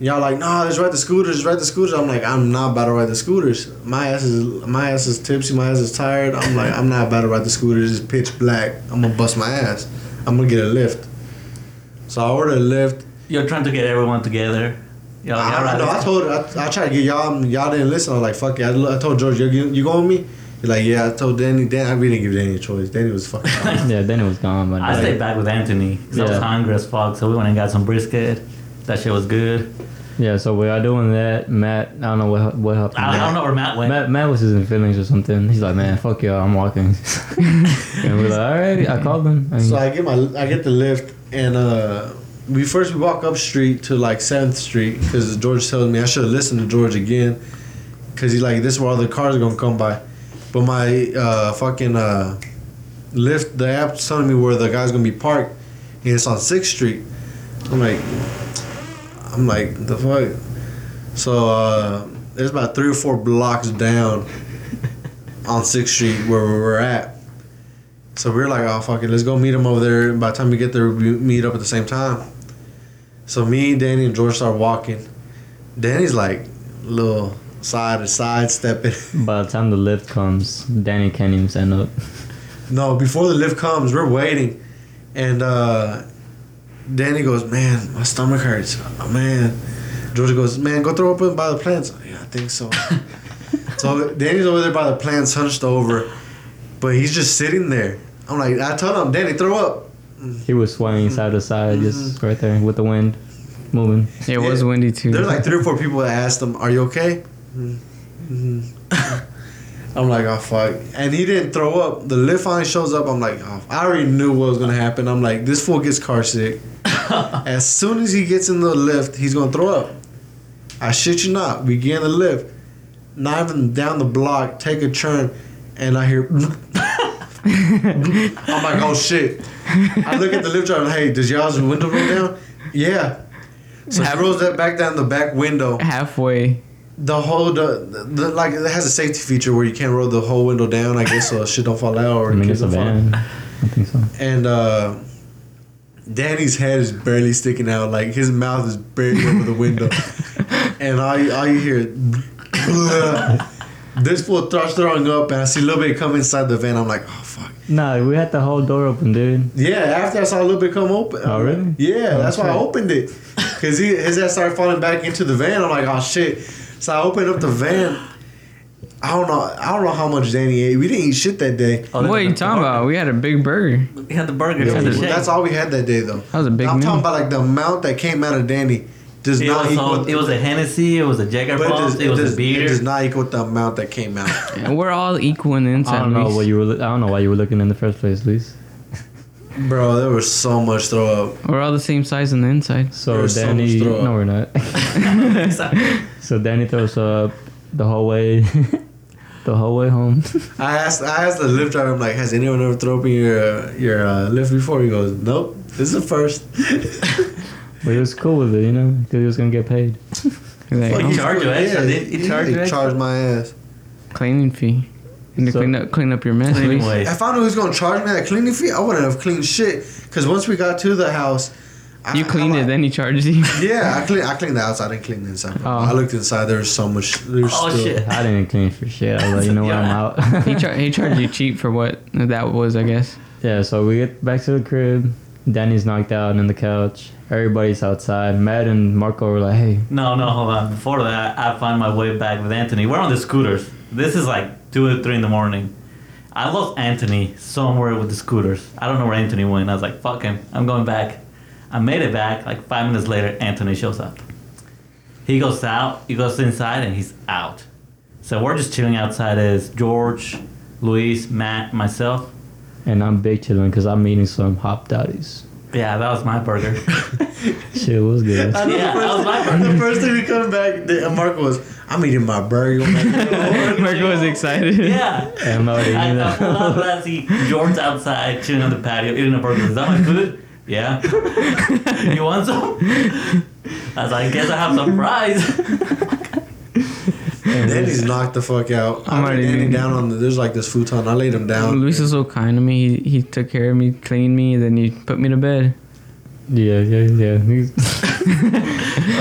Y'all like, nah, just ride the scooters, just ride the scooters. I'm like, I'm not about to ride the scooters. My ass is my ass is tipsy, my ass is tired. I'm like, I'm not about to ride the scooters. It's pitch black. I'm gonna bust my ass. I'm gonna get a lift. So I ordered a lift. You're trying to get everyone together. You're like, I, all I, right, Ah, no, I let's- told I, I tried to get y'all y'all didn't listen. I was like, fuck it. I, lo- I told George, you, you, you going with me? He's like, yeah. I told Danny. Dan, I really didn't give Danny a choice. Danny was fucking. out. Yeah, then it was gone. But I stayed back with Anthony 'cause I was Yeah. hungry as fuck. So we went and got some brisket. That shit was good. Yeah, so we are doing that. Matt, I don't know what what happened. I, I don't know where Matt went. Matt, Matt was just in feelings or something. He's like, man, fuck y'all, I'm walking. and we're like, all right, I called him. And so I get my I get the lift and uh, we first we walk up street to like Seventh Street because George tells me I should have listened to George again because he's like, this is where all the cars are gonna come by, but my uh, fucking uh, lift the app's telling me where the guy's gonna be parked and it's on Sixth Street. I'm like, I'm like the fuck. So uh, there's about three or four blocks down on Sixth Street where we were at. So we were like, oh fuck it, let's go meet him over there. By the time we get there, we meet up at the same time. So me, Danny, and George start walking. Danny's like little side to side stepping. by the time the lift comes, Danny can't even stand up. No, before the lift comes, we're waiting, and uh, Danny goes, "Man, my stomach hurts." Oh, man, George goes, "Man, go throw up in by the plants." "Oh, Yeah, I think so. so Danny's over there by the plants, hunched over, but he's just sitting there. I'm like, I told him, Danny, throw up. He was swaying side to side, just right there with the wind moving. it was Yeah. windy too. There's like three or four people that asked him, "Are you okay?" Mm-hmm. I'm like, "Oh fuck!" And he didn't throw up. The lift finally shows up. I'm like, oh, "I already knew what was gonna happen." I'm like, "This fool gets car sick. as soon as he gets in the lift, he's gonna throw up." I shit you not. We get in the lift, not even down the block, take a turn, and I hear. I'm like, "Oh shit!" I look at the lift driver. Hey, does y'all's window roll down? Yeah. So he rolls that back down the back window. halfway. The whole the, the, like it has a safety feature where you can't roll the whole window down. I guess so shit don't fall out or I mean, kids it's a don't fall. out. van. I think so. And uh, Danny's head is barely sticking out. Like his mouth is barely over the window, and all you, all you hear. is This fool starts throwing up, and I see Lil Bit come inside the van. I'm like, oh fuck. Nah, we had the whole door open, dude. Yeah, after I saw a little bit come open. Oh, really? Yeah, Oh, that's why I shit. opened it. Because his ass started falling back into the van. I'm like, oh, shit. So I opened up the van. I don't know. I don't know how much Danny ate. We didn't eat shit that day. Oh, what are you that's talking the- about? We had a big burger. We had the burger. Well, we had the shake. that's all we had that day, though. That was a big I'm meal. talking about like the amount that came out of Danny does It not was, equal. all, it was a Hennessy, it was a Jagger but it does- Bomb, it it was does- a It beer. does not equal the amount that came out. And we're all equal in the inside. I don't know Luis. what you were. Li- I don't know why you were looking in the first place, Luis. Bro, there was so much throw up. We're all the same size on the inside. So There's so Danny, much throw up. no, we're not. so Danny throws up the whole way, the whole way home. I asked, I asked the lift driver, I'm like, has anyone ever thrown up in your, your uh, lift before? He goes, nope, this is the first. But he was cool with it, you know, because he was gonna get paid. You're Like, Fuck oh, you. charged you extra, didn't he? yeah, Charged you they extra? charged my ass. cleaning fee. And to So- clean up, clean up your mess. Luis. anyway, If I knew he was gonna charge me that cleaning fee, I wouldn't have cleaned shit. Cause once we got to the house, I, You cleaned I, it, then he charged you. Yeah, I cleaned. I cleaned the house. I didn't clean the inside. bro. Oh. I looked inside. There was so much. There was Oh, still, shit. I didn't clean for shit. I was like, you know what, I'm out. he, char- he charged you cheap for what that was, I guess. yeah, so we get back to the crib. Danny's knocked out on the couch. Everybody's outside. Matt and Marco were like, hey, no, no, hold on. Before that, I find my way back with Anthony. We're on the scooters. This is like 2 or 3 in the morning. I lost Anthony somewhere with the scooters. I don't know where Anthony went. I was like, fuck him. I'm going back. I made it back. Like five minutes later, Anthony shows up. He goes out, he goes inside, and he's out. So we're just chilling outside as George, Luis, Matt, myself. and I'm big chilling because I'm eating some hot dotties. Yeah, that was my burger. Shit was good. I know Yeah, the, that was first, my thing- burger. the first thing we come back, the, Marco was, I'm eating my burger. I'm like, "No." Marco was excited. yeah. I'm out eating I that. pull up and I see George outside chilling on the patio eating a burger. Is that my food? Yeah. you want some? I was like, I guess I have some fries. And Danny's knocked the fuck out. I'm I laid already Danny eating. down on the, there's like this futon. I laid him down. Luis was so kind to me. He, he took care of me, cleaned me, then he put me to bed. yeah, yeah, yeah. Right,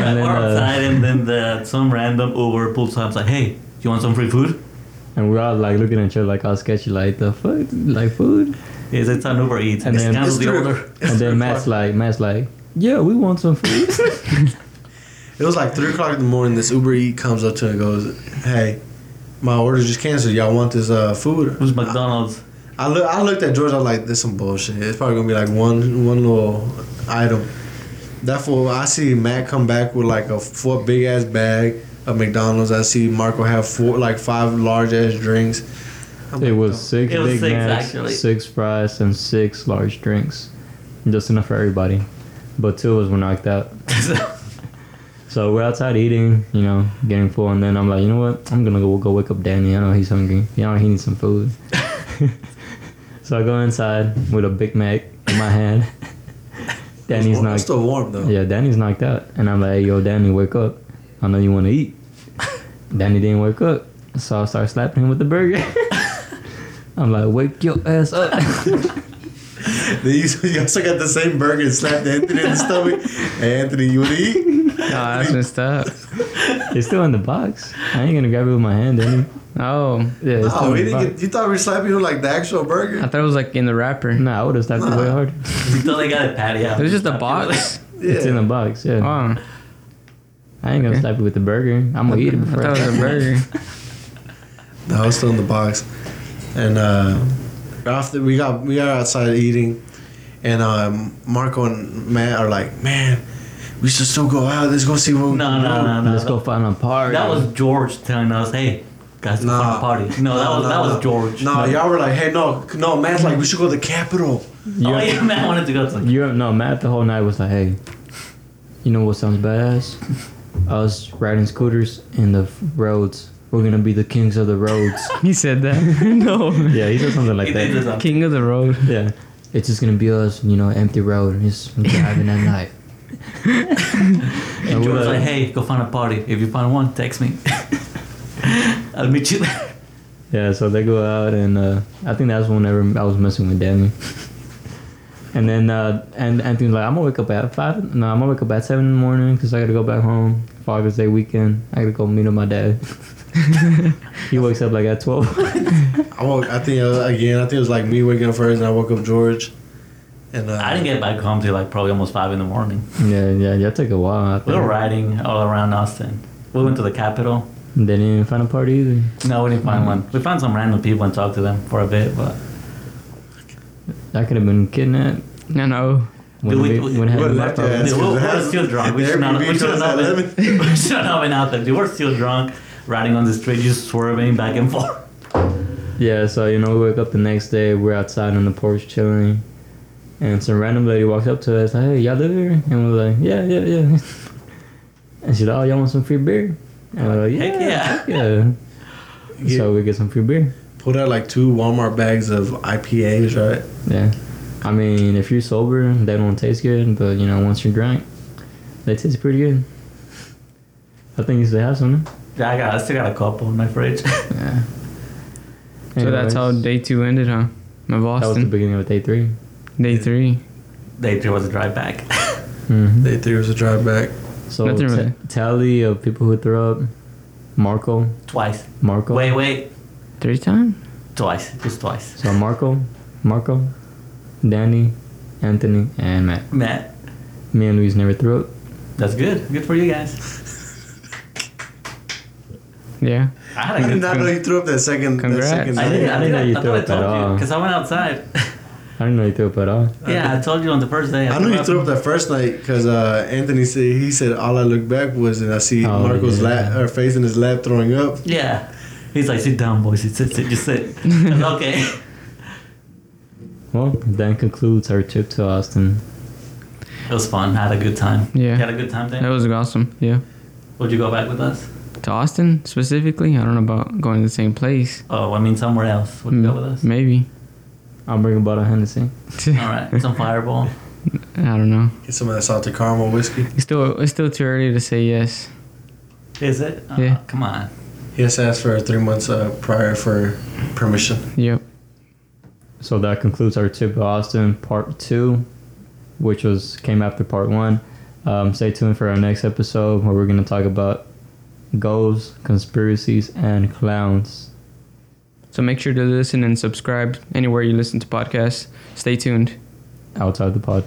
And then, we're uh, outside, and then the, some random Uber pulls up. like, "Hey, you want some free food?" And we're all like looking at each other like all sketchy, like the fuck, like food. Is it an Uber Eats? And And then- then It's cancel the three- order. it's and three then Matt's o'clock. like, Matt's like, yeah, we want some food. It was like three o'clock in the morning. This Uber Eat comes up to him and goes, "Hey, my order just canceled. Y'all want this uh, food?" It was McDonald's. I look. I looked at George. I was like, "This some bullshit. It's probably gonna be like one one little item." Therefore, I see Matt come back with like a four big ass bag of McDonald's. I see Marco have four like five large ass drinks. I'm it like, was six It was Big six, Macs, actually. six fries, and six large drinks, just enough for everybody. But two of us were knocked out. So we're outside eating, you know, getting full, and then I'm like, you know what? I'm gonna go go wake up Danny. I know he's hungry. You know he needs some food. so I go inside with a Big Mac in my hand. "It's Danny's warm- it's knocked. still warm though. Yeah, Danny's knocked out, and I'm like, yo, Danny, wake up. I know you want to eat. Danny didn't wake up, so I started slapping him with the burger. I'm like, wake your ass up. Then you, you also got the same burger and slapped Anthony in the stomach. Hey, Anthony, you wanna eat? Oh, that's messed up. it's still in the box. I ain't gonna grab it with my hand, Danny. Oh, Yeah, it's Oh, still we in didn't the box. get, you thought we were slapping you with, like the actual burger? I thought it was like in the wrapper. Nah, I would have slapped it way Nah. harder. You thought they got a patty out. It was just a box. It's in the box, yeah. Oh, I ain't gonna Okay. slap it with the burger. I'm gonna eat it I before. thought it was a burger. No, I was still in the box, and uh, after we got we got outside eating, and um, Marco and Matt are like, "Man, we should still go out. Let's go see what." No, no, no, no. Let's that, go find a party. That was George telling us, "Hey, guys, No. no. party." No, that was that was George. No, y'all were like, "Hey, no, no." Matt's like, "We should go to the Capitol." Oh, Europe, yeah, man wanted to go to. Europe. No, Matt the whole night was like, hey, you know what sounds badass? Us riding scooters in the f- roads. We're gonna be the kings of the roads. He said that. no. yeah, he said something like He did that. this on- King of the road. Yeah, it's just gonna be us, you know, empty road, just driving at night. And I George was would've- like, "Hey, go find a party. If you find one, text me. I'll meet you there." Yeah, so they go out, and uh, I think that's whenever I was messing with Danny. and then uh, and Anthony's like, I'm gonna wake up at five. No, I'm gonna wake up at seven in the morning because I gotta go back home. Father's Day weekend, I gotta go meet up my dad. he wakes up like at twelve. I woke. I think uh, again. I think it was like me waking up first, and I woke up George. And uh, I didn't get back home till like probably almost five in the morning. yeah, yeah, yeah. Took a while. I We were think. riding all around Austin. We went to the Capitol. They didn't find a party either. No, we didn't Mm-hmm. find one. We found some random people and talked to them for a bit, but I could have been kidnapped. I know. When we- we, we- we when it happened, left my your we, ass problem. we good. were still drunk. We should not, we Airbnb should not, shows have, been, we should not have been out there. We were still drunk, riding on the street, just swerving back and forth. Yeah, so you know, we wake up the next day, we're outside on the porch chilling, and some random lady walks up to us, like, hey, y'all live here? And we're like, yeah, yeah, yeah. And she's like, oh, y'all want some free beer? And we're like, yeah, Heck yeah. heck yeah. Yeah. So we get some free beer. pulled out like two Walmart bags of IPAs, right? Yeah. I mean, if you're sober, they don't taste good, but you know, once you're drunk, they taste pretty good. I think you should have some. Yeah, I, got, I still got a couple in my fridge. Yeah. So that's how Anyways, day two ended, huh? Of That was the Austin. beginning of day three. Day three. Day three was a drive back. Mm-hmm. They threw us a drive back. So Nothing t- really. tally of people who throw up. Marco, Twice. Marco. Wait, wait. Three time? Twice. Just twice. So Marco, Marco, Danny, Anthony, and Matt. Matt, Me and Luis never threw up. that's good. Good for you guys. Yeah. I had I a did good not know you threw up that second. Congrats. That second I didn't, I I didn't didn't know you I threw thought I up at told you all. because I went outside. I didn't know you threw up at all. yeah, I told you on the first day. I know you threw up that first night because uh, Anthony said he said all I look back was and I see Oh, Marco's yeah. lap or face in his lap throwing up. Yeah. He's like, sit down, boys. Sit, sit, sit. Just sit. I was, okay. Well, that concludes our trip to Austin. It was fun. I had a good time. Yeah. You had a good time, That Dan? was awesome. Yeah. Would you go back with us? To Austin specifically, I don't know about going to the same place. Oh, I mean somewhere else. Would you Mm. go with us? Maybe. I'll bring a bottle of Hennessy. All right. Some Fireball. I don't know. Get some of that salted caramel whiskey. It's still it's still too early to say yes. Is it? Oh, Yeah. Come on. He has asked for three months uh, prior for permission. Yep. So that concludes our trip to Austin part two, which was came after part one. Um, stay tuned for our next episode where we're gonna talk about ghosts, conspiracies, and clowns. So make sure to listen and subscribe anywhere you listen to podcasts. Stay tuned. outside the pod.